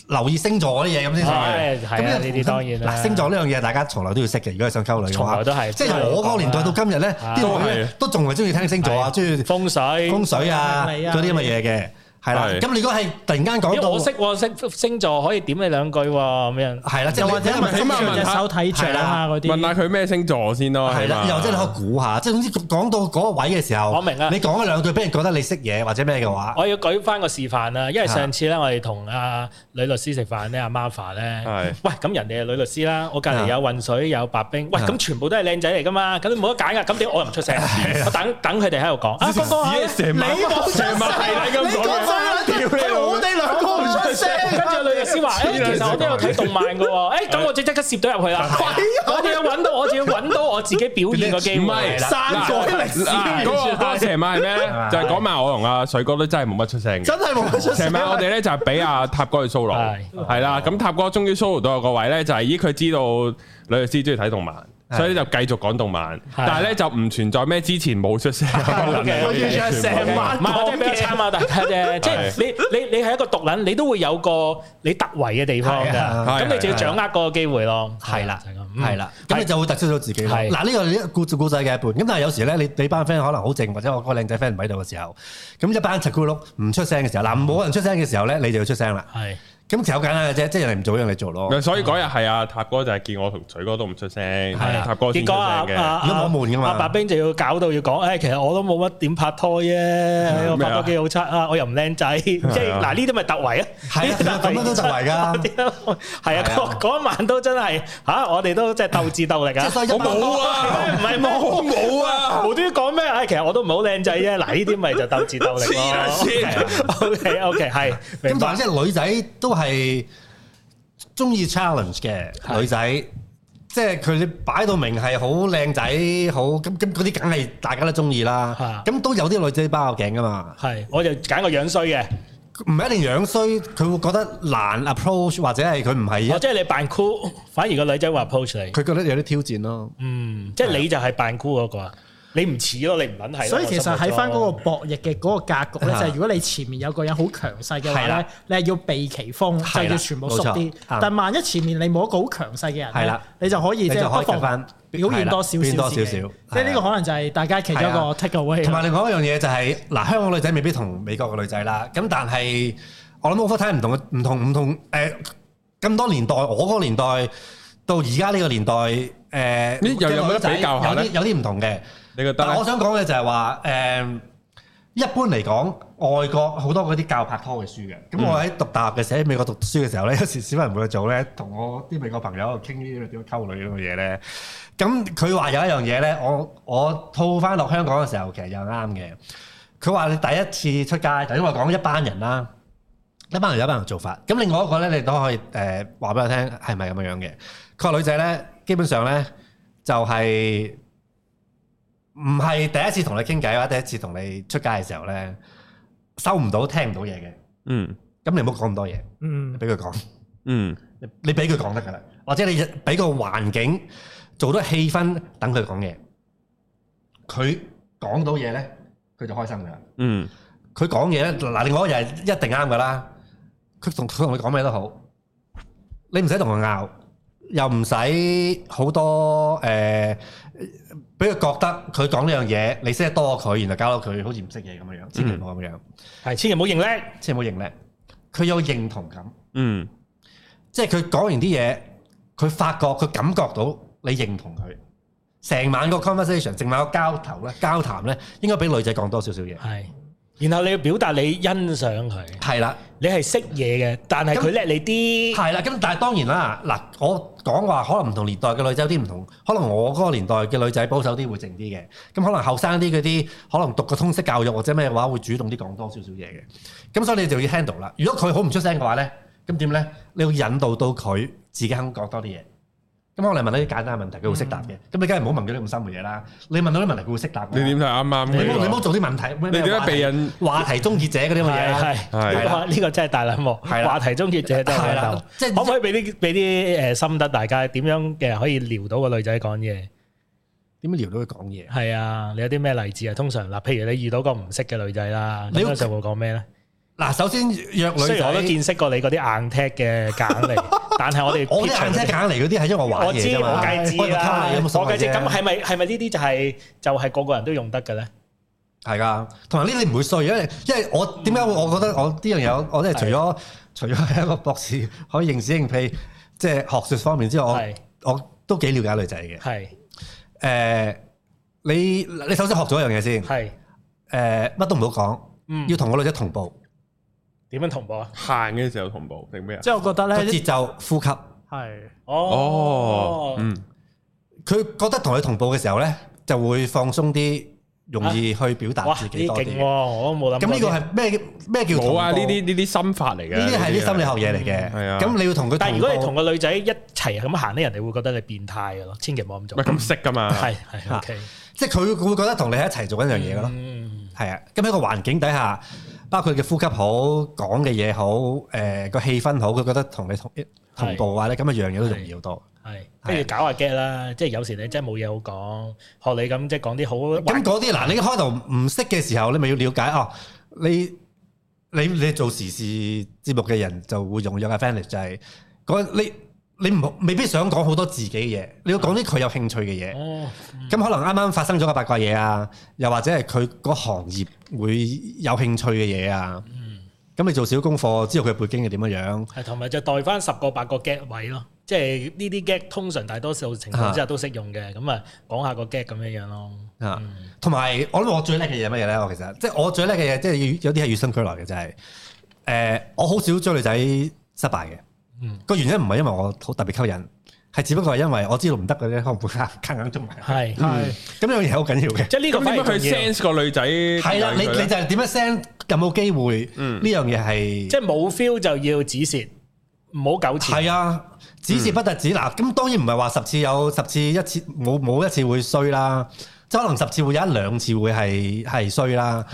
Speaker 2: 留意星座嗰啲嘢咁先算。
Speaker 3: 係係啊，呢啲當然啦。
Speaker 2: 嗱，星座呢樣嘢大家從來都要識嘅，如果係想溝女嘅話，
Speaker 3: 從來都係
Speaker 2: 即係由我嗰個年代到今日咧，
Speaker 3: 係
Speaker 2: 啲女咧都仲係中意聽星座啊，中意
Speaker 3: 風水
Speaker 2: 風水啊
Speaker 4: 命理啊
Speaker 2: 嗰啲咁嘅嘢嘅，係啦。
Speaker 1: 係
Speaker 2: 咁如果係突然間講
Speaker 3: 咦
Speaker 2: 到
Speaker 3: 我識喎，星星座可以點你兩句喎，咁樣。
Speaker 2: 係啦，即係
Speaker 4: 又
Speaker 2: 你
Speaker 4: 或者
Speaker 2: 你
Speaker 1: 咁
Speaker 4: 問
Speaker 1: 啊
Speaker 4: 佢
Speaker 1: 問
Speaker 4: 隻
Speaker 1: 下
Speaker 4: 手睇
Speaker 2: 係
Speaker 4: 獎
Speaker 2: 啦
Speaker 4: 啊嗰
Speaker 1: 問
Speaker 4: 啲，
Speaker 1: 下佢咩星座先咯，
Speaker 2: 係啦，
Speaker 1: 起碼
Speaker 2: 又即係你可以估下，即係總之講到嗰個位嘅時候，
Speaker 3: 我明啊
Speaker 2: 你講一兩句，俾人覺得你識嘢或者咩嘅
Speaker 1: 啊
Speaker 2: 話，
Speaker 3: 我要舉翻個示範啦，因為上次咧，我哋同阿女律師食飯咧，阿 Martha 咧
Speaker 1: 係，
Speaker 3: 喂，咁人哋係女律師啦，我隔
Speaker 2: 啊
Speaker 3: 離有混水有白冰，喂，
Speaker 2: 啊
Speaker 3: 咁全部都係靚仔嚟噶嘛，咁你冇得揀啊噶，咁點我又唔出 聲，
Speaker 1: 啊
Speaker 3: 我等等佢哋喺度講，啊，講講下咧
Speaker 1: 咦成晚成晚係咁講嘅，屌你老
Speaker 4: 我
Speaker 1: 母！
Speaker 4: 哋兩個唔出聲，
Speaker 3: 跟住女律師話：，誒，其
Speaker 1: 啊
Speaker 3: 實我都有睇動漫嘅喎，誒，哎咁我就即刻攝到入去啦。我哋要揾到，我就要揾到我自己表現嘅機
Speaker 1: 唔
Speaker 3: 會。
Speaker 1: 係
Speaker 3: 係啦
Speaker 1: 嗱嗱嗰個嗰個邪馬係咩咧？就係嗰晚我同阿水哥都真係冇乜出聲嘅。
Speaker 4: 真係冇得出
Speaker 1: 成
Speaker 4: 聲。
Speaker 1: 晚我哋咧就係俾阿塔哥去 solo，
Speaker 3: 係
Speaker 1: 係啦，咁塔哥終於 solo 到有個位咧，就係咦佢知道女律師中意睇動漫，
Speaker 2: 係
Speaker 1: 所以就繼續講動漫，但係咧就唔存在咩之前冇出聲，
Speaker 3: 嘅
Speaker 1: 我
Speaker 4: 我完全係成晚
Speaker 3: 唔係，我即係俾我參考大 家啫。即係你你你係一個獨撚，你都會有個你突圍嘅地方㗎。
Speaker 2: 係啊
Speaker 3: 咁你就要掌握嗰個機會咯。
Speaker 2: 係啦
Speaker 3: 就係咁，嗯
Speaker 2: 係。啦，咁你就會突出咗自己啦。
Speaker 3: 係
Speaker 2: 嗱，呢個呢故故仔嘅一半。咁但係有時咧，你你班 friend 可能好靜，或者我嗰個靚仔 friend 唔喺度嘅時候，咁一班柒咕碌唔出聲嘅時候，嗱冇人出聲嘅時候咧，你就要出聲啦。
Speaker 3: 嗯係
Speaker 2: 咁其實好簡單嘅啫，即係人哋唔做一樣你做咯。
Speaker 1: 所以嗰日係阿塔哥就係見我同水哥都唔出聲，
Speaker 3: 係
Speaker 1: 塔哥先
Speaker 3: 結
Speaker 1: 出
Speaker 3: 果
Speaker 1: 聲
Speaker 3: 啊啊
Speaker 1: 嘅。
Speaker 3: 啊
Speaker 2: 如果冇悶㗎嘛
Speaker 3: 阿白冰就要搞到要講，誒，其實我都冇乜點拍拖啫，我拍拖幾好差啊，我又唔靚仔，即係
Speaker 1: 啊
Speaker 3: 嗱呢啲咪突圍啊，
Speaker 2: 係啊
Speaker 3: 呢啲
Speaker 2: 咁樣都突 圍㗎
Speaker 3: 㗎，係啊，
Speaker 2: 係啊
Speaker 3: 嗰嗰晚都真係嚇，我哋都真係鬥智鬥力
Speaker 2: 即
Speaker 3: 啊
Speaker 2: 係，所以一
Speaker 1: 我
Speaker 2: 班
Speaker 1: 冇啊，
Speaker 3: 唔係
Speaker 1: 我
Speaker 3: 冇。
Speaker 1: 冇啊。
Speaker 3: 無端端講咩？唉，其實我都唔係好靚仔啫。嗱，呢啲咪就鬥智鬥力咯。O K O K，係明
Speaker 2: 咁
Speaker 3: 白
Speaker 2: 但係即係女仔都係中意 challenge 嘅女仔，即係佢哋擺到明係好靚仔，好咁咁嗰啲梗係大家都中意啦。
Speaker 3: 嚇
Speaker 2: 咁都有啲女仔包頸噶嘛，
Speaker 3: 係，我就揀個樣衰嘅，
Speaker 2: 唔係一定樣衰，佢會覺得難 approach 或者係佢唔係一
Speaker 3: 我，哦即係你扮 cool，反而個女仔話 approach 你，
Speaker 2: 佢覺得有啲挑戰咯。
Speaker 3: 嗯，即係你就係扮 cool 嗰個啊，你唔似咯，你唔撚係咯。
Speaker 4: 所以其實喺翻嗰個博弈嘅嗰個格局咧，
Speaker 2: 啊
Speaker 4: 就係如果你前面有個人好強勢嘅話
Speaker 2: 係啦
Speaker 4: 咧，你係要避其鋒，
Speaker 2: 係啦
Speaker 4: 就要全部縮
Speaker 2: 冇
Speaker 4: 啲
Speaker 2: 錯。
Speaker 4: 但係萬一前面你冇一個好強勢嘅人
Speaker 2: 係
Speaker 4: 咧
Speaker 2: 啦，
Speaker 4: 你就可以
Speaker 2: 你
Speaker 4: 即
Speaker 2: 就可
Speaker 4: 係
Speaker 2: 以
Speaker 4: 不
Speaker 2: 夾翻
Speaker 4: 妨表現多
Speaker 2: 係
Speaker 4: 少
Speaker 2: 啦表現多少
Speaker 4: 少自己
Speaker 2: 少
Speaker 4: 即係呢個可能就係大家其中一
Speaker 2: 係
Speaker 4: 個
Speaker 2: 啊
Speaker 4: take away
Speaker 2: 同埋
Speaker 4: 啦。
Speaker 2: 另外一樣嘢就係、嗱，香港女仔未必同美國嘅女仔啦，咁但係我諗 over time 唔同嘅唔同唔同誒咁、多年代，我嗰個年代到而家呢個年代誒，
Speaker 1: 咦又有冇得
Speaker 2: 嘅女仔
Speaker 1: 比較下
Speaker 2: 有
Speaker 1: 呢
Speaker 2: 啲有啲唔同嘅，
Speaker 1: 你覺得
Speaker 2: 但
Speaker 1: 咧
Speaker 2: 係我想講嘅就係話誒，一般嚟講，外國好多嗰啲教拍拖嘅書嘅，
Speaker 1: 嗯
Speaker 2: 咁我喺讀大學嘅時候喺美國讀書嘅時候咧，有時小人會去做咧，同我啲美國朋友喺度傾呢啲點樣溝女咁嘅嘢咧。咁佢話有一樣嘢咧，我我套翻落香港嘅時候，其實又啱嘅。佢話你第一次出街，頭先我講一班人啦，一班人有一班人做法。咁另外一個咧，你都可以誒話俾我聽係咪咁樣樣嘅。佢話女仔咧，基本上咧就係唔係第一次同你傾偈或者第一次同你出街嘅時候咧，收唔到聽唔到嘢嘅。
Speaker 1: 嗯
Speaker 2: 咁你唔好講咁多嘢，
Speaker 4: 嗯
Speaker 2: 你，俾佢講。
Speaker 1: 嗯，
Speaker 2: 你俾佢講得噶啦，或者你俾個環境做到氣氛，等佢講嘢。佢講到嘢咧，佢就開心噶啦。
Speaker 1: 嗯，
Speaker 2: 佢講嘢咧，嗱，另外一個又係一定啱噶啦。佢同佢同你講咩都好，你唔使同佢拗，又唔使好多誒，呃俾、佢覺得佢講呢樣嘢，你識得多過佢，然後搞到佢好似唔識嘢咁樣樣，千祈唔好咁樣，
Speaker 3: 係千祈唔好認叻，
Speaker 2: 千祈唔好認叻。佢有認同感。
Speaker 1: 嗯，
Speaker 2: 即係佢講完啲嘢，佢發覺佢感覺到你認同佢，成晚個 conversation，成晚個交頭咧交談咧，應該比女仔講多少少嘢，
Speaker 3: 係然後你要表達你欣賞佢，
Speaker 2: 係啦。
Speaker 3: 你係識嘢嘅，但係佢叻你啲，
Speaker 2: 係啦，咁但係當然啦，嗱，我講話可能唔同年代嘅女仔有啲唔同，可能我嗰個年代嘅女仔保守啲會靜啲嘅，咁可能後生啲嗰啲，可能讀過通識教育或者咩嘅話，會主動啲講多少少嘢嘅，咁所以你就要 handle 啦。如果佢好唔出聲嘅話咧，咁點咧？你要引導到佢自己肯講多啲嘢。咁我哋問啲簡單嘅問題，佢會識答嘅。咁你梗係唔好問佢啲咁深嘅嘢啦。你問到啲問題，佢會識答嘅。
Speaker 1: 你點睇啱啱
Speaker 2: 你冇你
Speaker 1: 嘅？
Speaker 2: 冇做啲問題，
Speaker 1: 你
Speaker 2: 你
Speaker 1: 點解避孕？
Speaker 2: 話題終結者嗰啲咁嘅嘢
Speaker 3: 係
Speaker 2: 啊啦？
Speaker 3: 係
Speaker 1: 係
Speaker 3: 呢個呢個真係大冷幕，
Speaker 2: 係啦
Speaker 3: 話題終結
Speaker 2: 係
Speaker 3: 者真係大冷
Speaker 2: 啦
Speaker 3: 幕。，
Speaker 2: 即係
Speaker 3: 可唔可以俾啲俾啲誒心得大家點樣嘅可以撩到個女仔講嘢？
Speaker 2: 點樣聊到佢講嘢？
Speaker 3: 係啊，你有啲咩例子啊？通常嗱，譬如你遇到個唔識嘅女仔啦，
Speaker 2: 你
Speaker 3: 你
Speaker 2: 要
Speaker 3: 通常會講咩咧？
Speaker 2: 嗱，首先約女
Speaker 3: 雖
Speaker 2: 仔，
Speaker 3: 然我都見識過你嗰啲硬踢嘅揀 嚟，但係我哋
Speaker 2: 我
Speaker 3: 撇除
Speaker 2: 啲硬車揀嚟嗰啲係因為我玩
Speaker 3: 我
Speaker 2: 嘢
Speaker 3: 知
Speaker 2: 啫嘛
Speaker 3: 我計知啦，
Speaker 2: 我
Speaker 3: 我
Speaker 2: 有冇所謂
Speaker 3: 計知。
Speaker 2: 啫
Speaker 3: 咁係咪係咪呢啲就係就係個個人都用得嘅咧？
Speaker 2: 係㗎，同埋呢啲唔會衰，因為因為我點解會我覺得我呢樣嘢，我即係除咗除咗係一個博士可以認屎認屁，即係學術方面之外，
Speaker 3: 係
Speaker 2: 我我都幾了解女仔嘅。
Speaker 3: 係
Speaker 2: 誒，你你首先學咗一樣嘢先，
Speaker 3: 係，
Speaker 2: 誒乜都唔好
Speaker 3: 嗯
Speaker 2: 講，要同個女仔同步，
Speaker 3: 點樣同步啊？
Speaker 1: 行嘅時候同步定咩啊？
Speaker 4: 即係我覺得
Speaker 2: 個
Speaker 4: 咧，
Speaker 2: 節奏、呼吸，
Speaker 4: 係
Speaker 1: 哦，嗯，
Speaker 2: 佢覺得同佢同步嘅時候咧，就會放鬆啲，容易去表
Speaker 3: 啊哇！
Speaker 2: 達
Speaker 3: 呢
Speaker 2: 自己多
Speaker 3: 勁
Speaker 2: 啲
Speaker 3: 喎，。我都冇諗過。
Speaker 2: 咁呢個係咩咩叫同
Speaker 1: 冇啊！呢
Speaker 2: 步
Speaker 1: 啲呢啲心法嚟嘅，
Speaker 2: 呢啲係啲心理學
Speaker 1: 係
Speaker 2: 嘢嚟嘅。
Speaker 1: 係啊
Speaker 2: 咁你要同佢同步，
Speaker 3: 但係如果你同個女仔一齊啊咁行咧，人哋會覺得你變態嘅咯，千祈唔好咁
Speaker 1: 喂
Speaker 3: 做。
Speaker 1: 咁識噶嘛？
Speaker 3: 係係 OK，
Speaker 2: 即係佢會覺得同你喺一齊做緊樣嘢嘅咯。
Speaker 3: 嗯，
Speaker 2: 係啊，咁喺個環境底下，包括佢嘅呼吸好，講嘅嘢好，誒個氣氛好，佢覺得同你同同步啊咧，咁啊樣嘢都容易好多。
Speaker 3: 係不如搞下 get 啦，即係有時你真係冇嘢好講，學你咁即係講啲好
Speaker 2: 咁嗰啲嗱，你一開頭唔識嘅時候，你咪要了解哦。你你你做時事節目嘅人就會用咗嘅 f a n 就係嗰你你唔好未必想講好多自己嘅嘢，你要講啲佢有興趣嘅嘢。
Speaker 3: 哦，
Speaker 2: 咁可能啱啱發生咗嘅八卦嘢啊，又或者係佢嗰行業會有興趣嘅嘢啊。咁你做少功課，知道佢背景係點樣樣。
Speaker 3: 係同埋就代翻十個八個 get 位咯，即係呢啲 get 通常大多數情況之下都識用嘅，咁啊講下個 get 咁樣樣咯。
Speaker 2: 啊，同埋我諗我最叻嘅嘢係乜嘢咧？我其實即係我最叻嘅嘢，即係有啲係與生俱來嘅，就係、誒、我好少追女仔失敗嘅。個、原因唔係因為我好特別吸引，係只不過係因為我知道唔得嘅咧，可能會 夾硬捉埋。
Speaker 3: 係，
Speaker 4: 係
Speaker 2: 咁呢樣嘢好緊要嘅。
Speaker 3: 即係呢個
Speaker 1: 嗯咁
Speaker 3: 反
Speaker 1: 點
Speaker 3: 而
Speaker 1: 樣
Speaker 3: 重
Speaker 1: 去
Speaker 3: 要，
Speaker 1: sense 個女仔？
Speaker 2: 係啦，你
Speaker 1: 佢呢
Speaker 2: 你就係點樣 send 有冇機會？呢樣嘢係
Speaker 3: 即係冇 feel 就要止蝕，唔好糾纏。
Speaker 2: 係啊，只是不特止嗱，咁當然唔係話十次有十次一次冇冇一次會衰啦，即係可能十次會有一兩次會係係衰啦。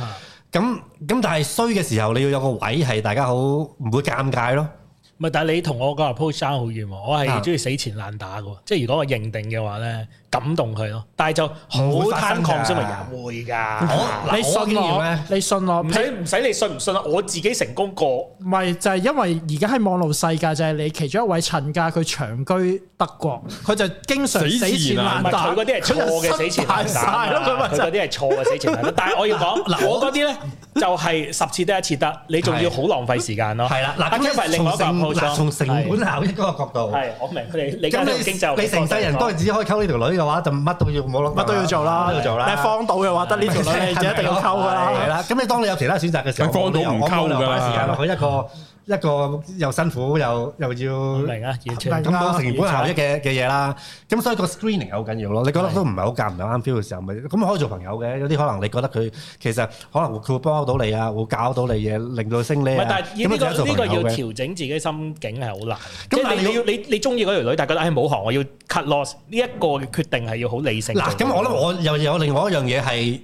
Speaker 2: 咁咁但係衰嘅時候，你要有個位係大家好唔會尷尬咯。
Speaker 3: 唔係，但係你同我個 approach 爭好遠喎。我
Speaker 2: 啊
Speaker 3: 係中意死纏爛打嘅喎，即係如果我認定嘅話咧，感動佢咯。但係就好
Speaker 2: 唔會發
Speaker 3: 貪
Speaker 2: 生㗎
Speaker 3: 抗先咪有會㗎。
Speaker 2: 我
Speaker 4: 你信我
Speaker 2: 咧，，
Speaker 4: 你信我，
Speaker 3: 唔使唔使你信唔信啊！我自己成功過，
Speaker 4: 唔係就係因為而家喺網絡世界，就係你其中一位陳家，佢長居德國，佢就經常死
Speaker 1: 死
Speaker 4: 纏
Speaker 1: 纏
Speaker 3: 唔
Speaker 2: 啊
Speaker 1: 爛
Speaker 4: 爛
Speaker 3: 係
Speaker 4: 打，
Speaker 3: 佢嗰啲係錯嘅死
Speaker 4: 佢
Speaker 3: 纏爛打
Speaker 4: 就失敗晒咯，佢
Speaker 3: 嘛，
Speaker 4: 咪
Speaker 3: 佢
Speaker 4: 就係
Speaker 3: 嗰啲係錯嘅死 纏爛打。但係我要講，嗱，我嗰啲咧就係十次得一次得，你仲要好浪費時間咯。
Speaker 2: 係啦，嗱，
Speaker 3: 阿
Speaker 2: 咁
Speaker 3: Kevin 另外一個
Speaker 2: 從成
Speaker 3: approach 咯
Speaker 2: 嗱從成本效益嗰個角度，
Speaker 3: 係我明佢哋，你家
Speaker 2: 咁
Speaker 3: 都經濟
Speaker 2: 你你成世人都係只可以溝呢條女嘅話，就乜都要冇諗，
Speaker 4: 乜都要做啦，
Speaker 2: 乜都要做啦。
Speaker 4: 你係荒島嘅話，得呢條女你就一定要溝㗎
Speaker 2: 係
Speaker 4: 啦。
Speaker 2: 啦，咁你當你有其他選擇嘅時候，
Speaker 1: 你放到唔溝㗎啦
Speaker 2: 我冇理由擺時間落去一個一個又辛苦又又要
Speaker 3: 我明啊，完全
Speaker 4: 明
Speaker 2: 咁講成本效益嘅嘅嘢啦。咁所以個 screening 係好緊要咯。你覺得都唔係好夾唔到啱 feel 嘅時候，咪咁可以做朋友嘅。有啲可能你覺得佢其實可能佢會幫到你啊，會搞到你嘢，令到升呢
Speaker 3: 唔係，
Speaker 2: 啊。
Speaker 3: 但係呢
Speaker 2: 咁就
Speaker 3: 個
Speaker 2: 做
Speaker 3: 呢個
Speaker 2: 朋
Speaker 3: 要
Speaker 2: 友嘅。
Speaker 3: 調整自己心境係好難。即
Speaker 2: 咁
Speaker 3: 係你
Speaker 2: 但係
Speaker 3: 你要你你中意嗰條女，但係覺得唉冇行，我要 cut loss 呢一個嘅決定係要好理性做嘅。
Speaker 2: 嗱，咁我諗我又有另外一樣嘢係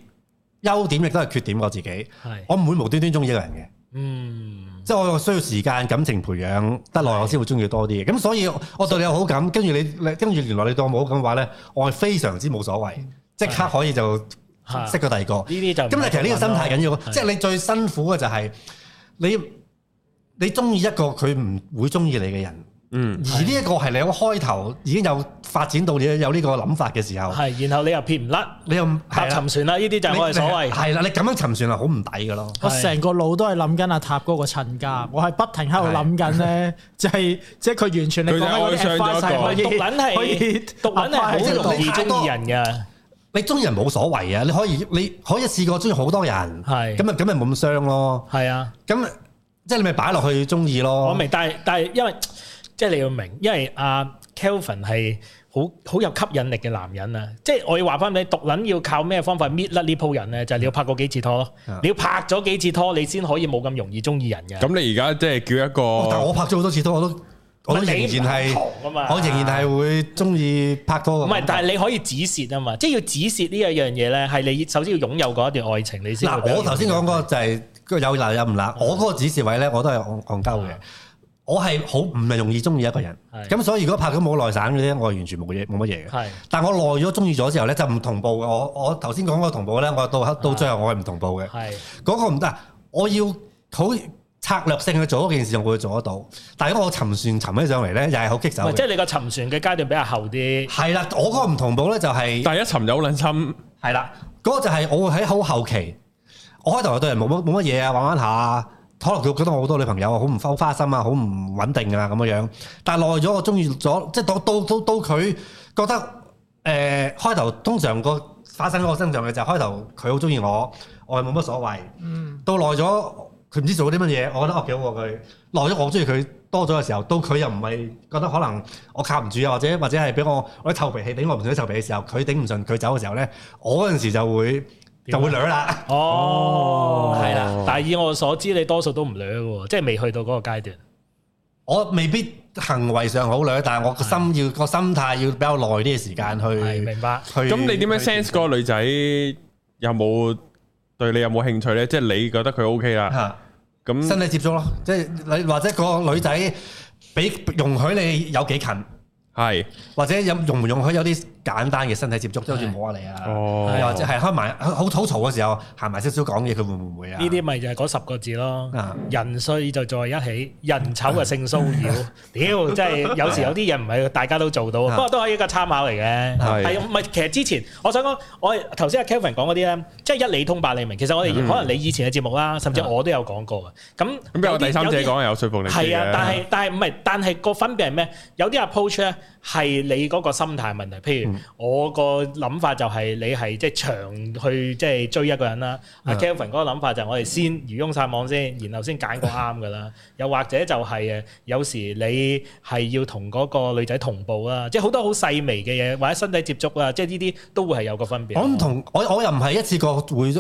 Speaker 2: 優點，亦都係缺點我自己。
Speaker 3: 係
Speaker 2: 我唔會無端端中意一個人嘅。
Speaker 3: 嗯
Speaker 2: 即係我需要時間感情培養得耐，我先會中意多啲嘅。咁所以我對你有好感，跟住你你跟住原來你對我冇好感嘅話咧，我係非常之冇所謂，即刻可以就
Speaker 3: 嗯係
Speaker 2: 識個第二個。咁
Speaker 3: 呢啲就唔係
Speaker 2: 但係其實呢個心態緊要，
Speaker 3: 咁樣咯
Speaker 2: 即係你最辛苦嘅就係你你中意一個佢唔會中意你嘅人，
Speaker 1: 嗯，
Speaker 2: 而呢一個係你喺開頭已經有發展到你有呢個諗法嘅時候，
Speaker 3: 係，然後你又撇唔甩
Speaker 2: 你又
Speaker 3: 搭
Speaker 2: 係啦
Speaker 3: 沉船啦，呢啲就係我哋所
Speaker 2: 你
Speaker 3: 謂
Speaker 2: 係啦，你咁樣沉船係好唔抵嘅咯。
Speaker 4: 我成個腦都係諗緊阿塔嗰個陳家，我係不停喺度諗緊咧，就係即係佢完全你講緊嗰啲
Speaker 1: 佢就愛上咗一個
Speaker 4: advice 係可以
Speaker 3: 獨撚
Speaker 4: 可以
Speaker 3: 係獨撚係
Speaker 4: apply 喺
Speaker 3: 好
Speaker 4: 呢度
Speaker 3: 容易中意人嘅。
Speaker 2: 你中意人冇所謂啊，你可以你可以試過中意好多人，
Speaker 3: 係
Speaker 2: 咁啊咪咁咪冇咁傷咯。
Speaker 3: 係啊。
Speaker 2: 咁即係你咪擺落去中意咯。
Speaker 3: 我明，但係但係因為即係你要明，因為阿 Kelvin 係好好有吸引力嘅男人啊！即係我要話翻俾你，獨撚要靠咩方法搣甩呢鋪人咧？就係、你要拍過幾次拖咯，
Speaker 2: 啊
Speaker 3: 你要拍咗幾次拖，你先可以冇咁容易中意人嘅。
Speaker 1: 咁你而家即係叫一
Speaker 2: 哦但
Speaker 1: 個
Speaker 2: 我拍咗好多次拖，我都我都仍然
Speaker 3: 你唔
Speaker 2: 係
Speaker 3: 同，㗎嘛
Speaker 2: 我仍然係會中意拍拖嘅。
Speaker 3: 唔係，但係你可以止蝕啊嘛！即係要止蝕呢一樣嘢咧，係你首先要擁有嗰一段愛情，你先會比較嗯
Speaker 2: 嗱，我頭先講嗰個就係個有辣有唔辣，我嗰個指示位咧，我都係戇戇鳩嘅
Speaker 3: 啊。
Speaker 2: 我係好唔係容易中意一個人，
Speaker 3: 係
Speaker 2: 咁所以如果拍咗冇內散嗰啲，我完全冇嘢冇乜嘢嘅。
Speaker 3: 係
Speaker 2: 但我耐咗中意咗之後咧，就唔同步嘅。我我頭先講嗰個同步咧，我到
Speaker 3: 啊
Speaker 2: 到最後我係唔同步嘅。
Speaker 3: 係
Speaker 2: 嗰個唔得，啊我要好策略性去做嗰件事，我會做得到。但係如果我沉船沉起上嚟咧，又係好棘手
Speaker 3: 唔係即
Speaker 2: 嘅。
Speaker 3: 係你個沉船嘅階段比較後啲，
Speaker 2: 係啦，我嗰個唔同步咧就係、
Speaker 1: 第一尋有撚心，
Speaker 2: 係啦，嗰、個就係我會喺好後期，我開頭我對人冇乜冇乜嘢啊，玩玩下啊，可能佢覺得我好多女朋友啊，好唔花心啊，好唔穩定啊咁樣樣。但係耐咗，我中意咗，即係到到到到佢覺得誒、呃、開頭通常個發生喺我身上嘅就係開頭佢好中意我，我係冇乜所謂。
Speaker 4: 嗯，
Speaker 2: 到耐咗，佢唔知做啲乜嘢，我覺得哦幾好喎佢。耐咗我中意佢多咗嘅時候，到佢又唔係覺得可能我靠唔住啊，或者或者係俾我我啲臭脾氣頂我唔順啲臭脾氣嘅時候，佢頂唔順佢走嘅時候咧，我嗰陣時就會
Speaker 1: 啊
Speaker 2: 就會掠啦。
Speaker 3: 哦，
Speaker 1: 哦
Speaker 3: 係啦。但係以我所知，你多數都唔掠嘅喎，即係未去到嗰個階段。
Speaker 2: 我未必行為上好掠，但係我個
Speaker 1: 嗯
Speaker 2: 心要個心態要比較耐啲嘅時間
Speaker 3: 係
Speaker 2: 去
Speaker 3: 明白。
Speaker 2: 去。
Speaker 1: 咁你點樣
Speaker 2: 去
Speaker 1: sense 嗰個女仔有冇對你有冇興趣咧？即係你覺得佢 OK 啦，
Speaker 2: 嚇？身
Speaker 1: 咁
Speaker 2: 體接觸咯，即係你或者個女仔俾容許你有幾近。
Speaker 1: 係
Speaker 2: 或者有容唔容許有啲簡單嘅身體接觸，即係好似摸下你啊，
Speaker 1: 哦
Speaker 2: 又或者係開埋好好嘈嘅時候行埋少少講嘢，佢會唔會啊？
Speaker 3: 呢啲咪就係嗰十個字咯
Speaker 2: 啊。
Speaker 3: 人衰就在一起，人醜就性騷擾。 屌，真係有時有啲嘢唔係大家都做到，
Speaker 2: 啊
Speaker 3: 不過都係一個參考嚟嘅。
Speaker 1: 係
Speaker 3: 係唔係？其實之前我想講，我頭先阿 Kevin 講嗰啲咧，即係一理通百理明。其實我哋可能你以前嘅節目啦，甚至我都有講過嘅。咁
Speaker 1: 嗯咁俾我
Speaker 3: 有啲
Speaker 1: 第三者
Speaker 3: 有啲
Speaker 1: 講有說服力啲
Speaker 3: 係啊，
Speaker 1: 嘅
Speaker 3: 但係但係唔係，但係個分別係咩？有啲 approach 咧係你嗰個心態問題。譬
Speaker 2: 嗯
Speaker 3: 如我個諗法就係你係即係長去即係追一個人啦。阿
Speaker 2: 嗯
Speaker 3: Kelvin 嗰個諗法就係我哋先漁翁撒網先，然後先揀個啱㗎啦。又或者就係誒，呃有時你係要同嗰個女仔同步啦，即係好多好細微嘅嘢，或者身體接觸啊，即係呢啲都會係有個分別。
Speaker 2: 我唔同我我又唔係一次過會一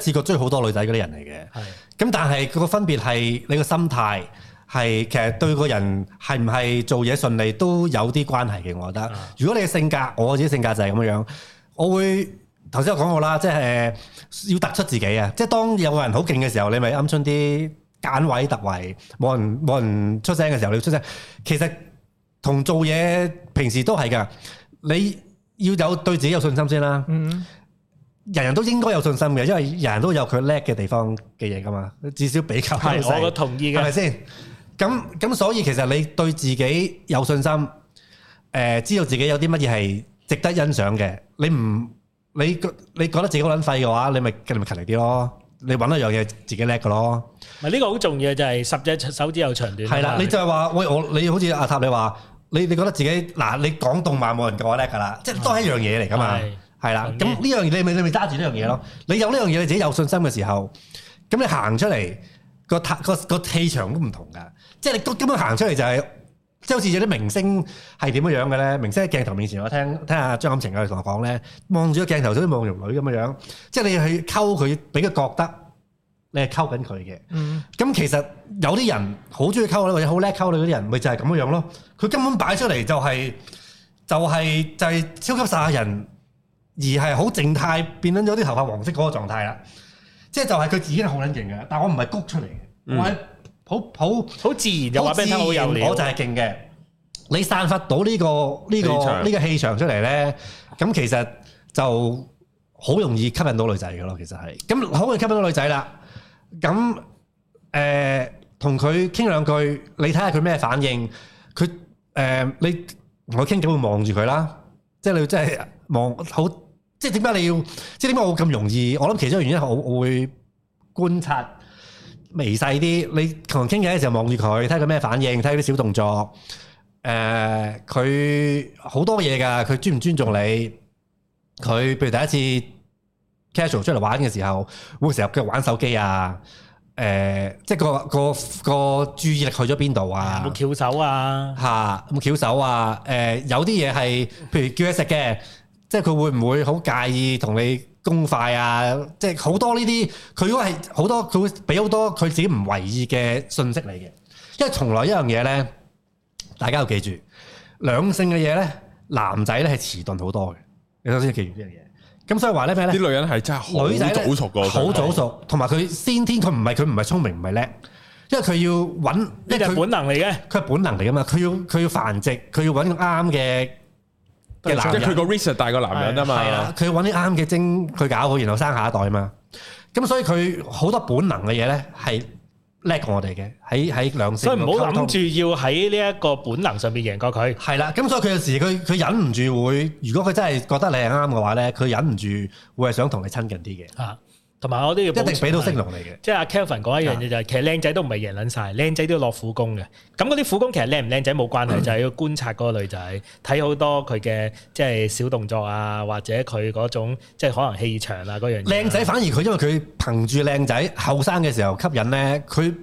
Speaker 2: 次過追好多女仔嗰啲人嚟
Speaker 3: 係
Speaker 2: 嘅，咁但係佢個分別係你個心態係其實對個人係唔係做嘢順利都有啲關係嘅，我覺得
Speaker 3: 啊。
Speaker 2: 如果你嘅性格，我自己性格就係咁樣，我會頭先我講過啦，即係呃要突出自己啊！即係當有個人好勁嘅時候，你咪鵪鶉啲揀位突圍，冇人冇人出聲嘅時候，你要出聲。其實同做嘢平時都係㗎，你要有對自己有信心先啦。
Speaker 4: 嗯，
Speaker 2: 人人都應該有信心嘅，因為人人都有佢叻嘅地方嘅嘢㗎嘛。至少比較優勢
Speaker 3: 係，我個同意
Speaker 2: 係咪
Speaker 3: 嘅。
Speaker 2: 先？咁咁所以其實你對自己有信心，誒、知道自己有啲乜嘢係值得欣賞嘅，你唔你覺你覺得自己好撚廢嘅話，你咪你咪勤力啲咯，你揾一樣嘢自己叻嘅咯，
Speaker 3: 唔係呢個好重要嘅就係十隻手指有長短啊嘛。
Speaker 2: 係啦，你就係話喂我你好似阿塔你話你你覺得自己嗱你講動漫冇人夠我叻㗎啦，即係都係一樣嘢嚟㗎嘛
Speaker 3: 係，
Speaker 2: 係啦，咁
Speaker 3: 同意
Speaker 2: 呢樣嘢你咪你咪揸住呢樣嘢咯，你有呢樣嘢你自己有信心嘅時候，咁你行出嚟個態個個氣場都唔同㗎，即係你都根本行出嚟就係、即係好似有啲明星係點樣樣嘅咧？明星喺鏡頭面前，我聽聽下張錦程佢同我講咧，望住個鏡頭就好似望條女咁樣樣，即係你去溝佢，俾佢覺得你係溝緊佢嘅。
Speaker 4: 嗯，
Speaker 2: 咁其實有啲人好中意溝女或者好叻溝女嗰啲人，咪就係咁樣樣咯。佢根本擺出嚟就係、就係、就係、超級殺人，而係好靜態變緊咗啲頭髮黃色嗰個狀態啦。即係就係佢自己係好撚勁嘅，但我唔係谷出嚟嘅，我係好好
Speaker 3: 好自然就話俾你聽好有料
Speaker 2: 我就。係勁嘅。你散發到呢、個呢、
Speaker 1: 氣
Speaker 2: 個
Speaker 1: 場
Speaker 2: 呢個氣場出嚟咧，咁其實就好容易吸引到女仔嘅咯。其實係咁好容易吸引到女仔啦。咁誒同佢傾兩句，你睇下佢咩反應。佢誒、你同佢傾偈會望住佢啦，即係你真係望好。即係點解你要？即係點解我咁容易？我諗其中一個原因係我我會觀察微細啲，你同人傾偈嘅時候望住佢，睇下佢咩反應，睇下佢啲小動作。呃誒、佢好多嘢㗎，佢尊唔尊重你？佢譬如第一次 casual 出嚟玩嘅時候，會成日佢玩手機啊，誒、即係個個個注意力去咗邊度啊？
Speaker 3: 冇翹手啊，
Speaker 2: 嚇咁翹手啊！誒、有啲嘢係，譬如叫嘢食嘅，即係佢會唔會好介意同你公筷啊？即係好多呢啲，佢如果係好多，佢會俾好多佢自己唔為意嘅信息嚟嘅。因為從來一樣嘢咧，大家要記住，兩性嘅嘢咧，男仔咧係遲鈍好多嘅。你首先要記住呢樣嘢。咁所以話咧咩咧？
Speaker 1: 啲女人係真係嗯好
Speaker 2: 女仔呢
Speaker 1: 早熟噶，
Speaker 2: 好早熟，同埋佢先天佢唔係佢唔係聰明唔係叻，因為佢要揾，
Speaker 3: 呢
Speaker 2: 因為
Speaker 3: 個
Speaker 2: 佢
Speaker 3: 係本能嚟嘅。
Speaker 2: 佢係本能嚟噶嘛，佢要佢要繁殖，佢要揾個啱嘅嘅男
Speaker 1: 即係佢
Speaker 2: 人，
Speaker 1: 個 research 大過男人啊
Speaker 2: 係啦
Speaker 1: 嘛，，
Speaker 2: 佢要揾啲啱嘅精佢搞好，然後生下一代嘛。咁所以佢好多本能嘅嘢咧係叻過我哋嘅，喺喺兩性
Speaker 3: 所以唔好
Speaker 2: 溝通
Speaker 3: 諗住要喺呢一個本能上面贏過佢。
Speaker 2: 係啦，咁所以佢有時佢佢忍唔住會，如果佢真係覺得你係啱嘅話咧，佢忍唔住會係想同你親近啲
Speaker 3: 啊，同埋我都要
Speaker 2: 嘅，一
Speaker 3: 補
Speaker 2: 定
Speaker 3: 充
Speaker 2: 俾到啊
Speaker 3: 係
Speaker 2: 星龍你嘅。
Speaker 3: 即係阿 Kelvin 講一樣嘢就係，其實靚仔都唔係贏撚晒，靚仔都要落苦功嘅。咁嗰啲苦功其實靚唔靚仔冇關
Speaker 2: 嗯
Speaker 3: 係，就係要觀察嗰個女仔，睇好多佢嘅即係小動作啊，或者佢嗰種即係可能氣場啊嗰樣嘢。
Speaker 2: 靚仔反而佢因為佢憑住靚仔後生嘅時候吸引咧，佢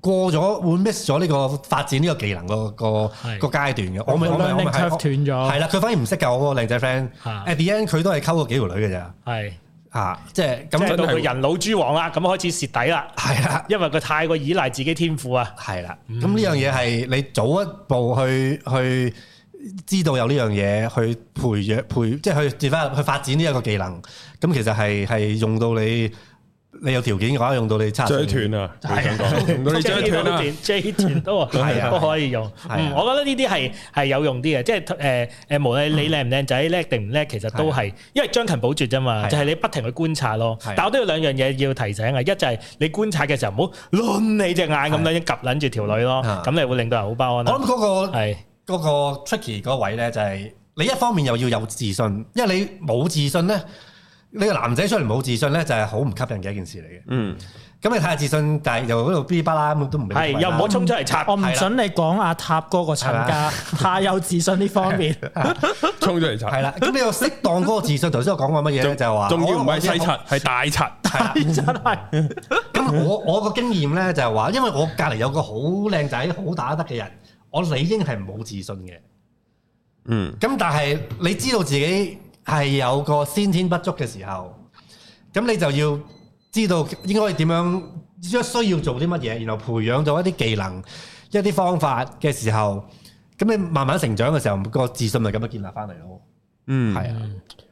Speaker 2: 過咗會 miss 咗呢個發展呢個技能個個
Speaker 3: 係
Speaker 2: 個階段嘅。我咪我咪我咪
Speaker 4: Learning curve 斷咗
Speaker 2: 係啦，佢反而唔識㗎。我嗰個靚仔 friend
Speaker 3: 嚇
Speaker 2: at the end 佢都係溝過幾條女嘅咋
Speaker 3: 係
Speaker 2: 嚇，即係
Speaker 3: 咁
Speaker 2: 咁
Speaker 3: 到
Speaker 1: 真係
Speaker 3: 佢人老珠黃啊啦，咁開始蝕底啦，
Speaker 2: 係啦。
Speaker 3: 因為佢太過依賴自己天賦啊。
Speaker 2: 係啦，咁呢樣嘢係你早一步去去知道有呢樣嘢，去培養培，即係去 develop 去發展呢一個技能。咁其實係係用到你你有條件嘅話，用到你差
Speaker 1: 追斷啊，我想講， 唔到你追
Speaker 3: J
Speaker 1: 斷啦，
Speaker 3: 段 J 段都
Speaker 2: 係啊
Speaker 3: 都可以用。
Speaker 2: 啊
Speaker 3: 嗯，我覺得呢啲係係有用啲嘅，即係誒誒，無論你靚唔靚仔，叻定唔叻，其實都係，因為將勤補拙啫
Speaker 2: 啊係
Speaker 3: 嘛，
Speaker 2: 啊
Speaker 3: 就係你不停去觀察咯
Speaker 2: 係啊。
Speaker 3: 但我都有兩樣嘢要提醒啊，一就係你觀察嘅時候唔好攆你隻眼咁樣，夾撚住條女咯
Speaker 2: 啊，
Speaker 3: 咁你會令到人好不安
Speaker 2: 我
Speaker 3: 啦。
Speaker 2: 諗嗰個
Speaker 3: 係
Speaker 2: 嗰個 tricky 嗰位咧，就係你一方面又要有自信，因為你冇自信咧，你個男仔出嚟冇自信咧，就係好唔吸引嘅一件事
Speaker 1: 嗯，
Speaker 2: 嚟嘅。咁你太自信，但係又嗰度噼里啪啦咁都唔俾你
Speaker 3: 係，
Speaker 2: 出嚟啦
Speaker 3: 又唔好衝出嚟插。
Speaker 4: 我唔准你講阿塔哥個親家太有自信呢方面，
Speaker 1: 衝咗嚟
Speaker 2: 係
Speaker 1: 擦，
Speaker 2: 啦。咁你又適當嗰個自信，頭先我講 過乜嘢咧，就係話
Speaker 1: 仲要唔係
Speaker 2: 我
Speaker 1: 細擦，係大擦，
Speaker 2: 係啦
Speaker 4: 真係
Speaker 2: 咁我我個經驗咧就係話，因為我隔離有個好靚仔、好打得嘅人，我理應係冇自信嘅。
Speaker 1: 嗯，
Speaker 2: 咁但係你知道自己係有個先天不足嘅時候，咁你就要知道應該點樣，需要做啲乜嘢，然後培養到一啲技能、一啲方法嘅時候，咁你慢慢成長嘅時候，個自信咪咁樣建立翻嚟咯。
Speaker 1: 嗯，
Speaker 2: 係啊，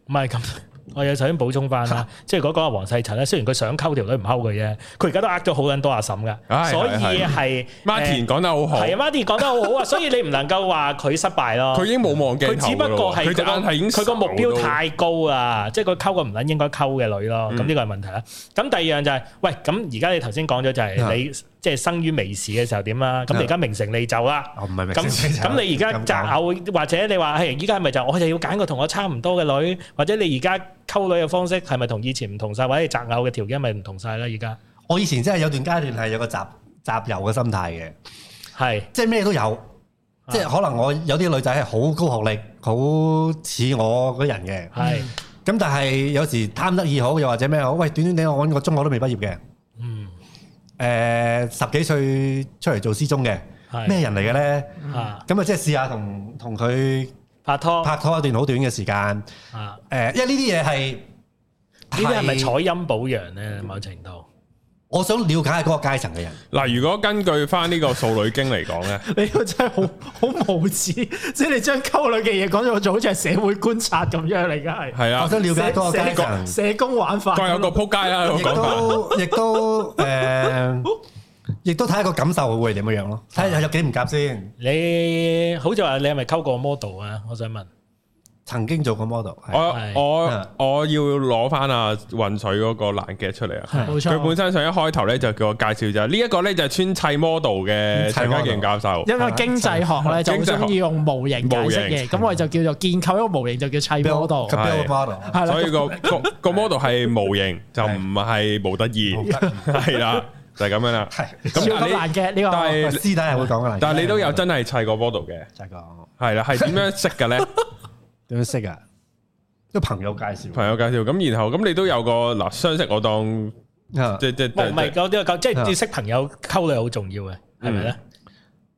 Speaker 3: 唔係咁， 我有首先補充翻啦，即係嗰個黃世塵咧，雖然佢想溝條女唔溝佢啫，佢而家都呃咗好撚多阿嬸噶，
Speaker 1: 係
Speaker 3: 所
Speaker 1: 係係
Speaker 3: 以係
Speaker 1: Martin 講得好好，
Speaker 3: 係啊，Martin 講得好好啊，所以你唔能夠話佢失敗咯。
Speaker 1: 佢已經冇望鏡
Speaker 3: 佢
Speaker 1: 頭
Speaker 3: 只不過
Speaker 1: 過
Speaker 3: 係
Speaker 1: 佢隻眼係已經
Speaker 3: 佢個目
Speaker 1: 受
Speaker 3: 標
Speaker 1: 到
Speaker 3: 太高啊，即係佢溝個唔撚應該溝嘅
Speaker 1: 嗯
Speaker 3: 女咯。咁呢個係問題啦。咁第二樣就係，喂，咁而家你頭先講咗就
Speaker 2: 啊
Speaker 3: 係你即係生於微時嘅時候點啦。
Speaker 1: 啊
Speaker 3: 咁你而家名成利就啦。
Speaker 2: 我哦唔係明
Speaker 3: 咁咁你而家擇偶或者你話係依家係咪就我就要揀個同我差唔多嘅女，或者你而家溝女嘅方式係咪同以前唔同晒，或者你擇偶嘅條件係咪唔同晒咧？而家
Speaker 2: 我以前真係有段階段係有個集集郵嘅心態嘅。
Speaker 3: 係
Speaker 2: 即係咩都有，即係可能我有啲女仔係好高學歷，好似我嗰人嘅，
Speaker 3: 係
Speaker 2: 咁但係有時貪得意好，又或者咩好，喂短短地我揾個中學都未畢業嘅，誒、
Speaker 3: 嗯
Speaker 2: 十幾歲出嚟做師中嘅，咩
Speaker 3: 係
Speaker 2: 人嚟嘅咧？
Speaker 3: 啊
Speaker 2: 咁啊即係試下同同佢
Speaker 3: 拍拖
Speaker 2: 拍拖一段好短嘅時間，誒、
Speaker 3: 啊。
Speaker 2: 因為呢啲嘢係
Speaker 3: 呢啲係咪採陰補陽咧？某程度
Speaker 2: 我想了解下嗰個階層嘅人，
Speaker 1: 嗱，如果根據翻呢個《素女經》嚟講咧，
Speaker 4: 你個真係好好無恥，即係你將溝女嘅嘢講咗，就好似係社會觀察咁樣嚟，梗係
Speaker 1: 係
Speaker 2: 我
Speaker 1: 啊，
Speaker 2: 想了解嗰個階層
Speaker 4: 社工。社工玩法。
Speaker 1: 各有個撲街啦，
Speaker 2: 亦
Speaker 1: 咁講法，
Speaker 2: 都亦都誒，亦都睇下個感受會係點樣樣咯，睇下有幾唔夾先。
Speaker 3: 你好似話你係咪溝過 model 啊？我想問，
Speaker 2: 曾經做過 model，係
Speaker 1: 我我我要攞翻啊混水嗰個爛嘅出嚟啊！
Speaker 4: 冇
Speaker 1: 佢本
Speaker 4: 錯，
Speaker 1: 身上一開頭咧就叫我介紹就係呢一個咧就係穿砌 model 嘅
Speaker 2: 砌
Speaker 1: 陳
Speaker 2: model
Speaker 1: 家健教授，
Speaker 4: 因為經濟學咧就好中意用模型解釋
Speaker 1: 經濟
Speaker 4: 嘢，咁我哋就叫做建構一個模型，就叫砌 model，
Speaker 2: 佢 build
Speaker 1: 係
Speaker 2: model，
Speaker 4: 係啦
Speaker 1: 所以。個 個個 model 係模型就唔係模特兒，係啦，就係咁樣啦。
Speaker 2: 係
Speaker 1: 咁
Speaker 4: 超級
Speaker 1: 但
Speaker 4: 難
Speaker 1: 係你
Speaker 4: 嘅呢個。
Speaker 1: 但
Speaker 2: 師
Speaker 1: 係
Speaker 2: 弟係會講噶啦。
Speaker 1: 但係你都有真係砌過 model 嘅，
Speaker 2: 就係講
Speaker 1: 係啦，係點樣識嘅咧？
Speaker 2: 點樣識啊？都朋友介紹
Speaker 1: 朋友介紹咁，然後咁你都有個嗱相識，我當
Speaker 2: 啊，
Speaker 1: 即即即
Speaker 3: 唔係唔係，有啲有即係要識朋友溝女好重要嘅，係咪咧？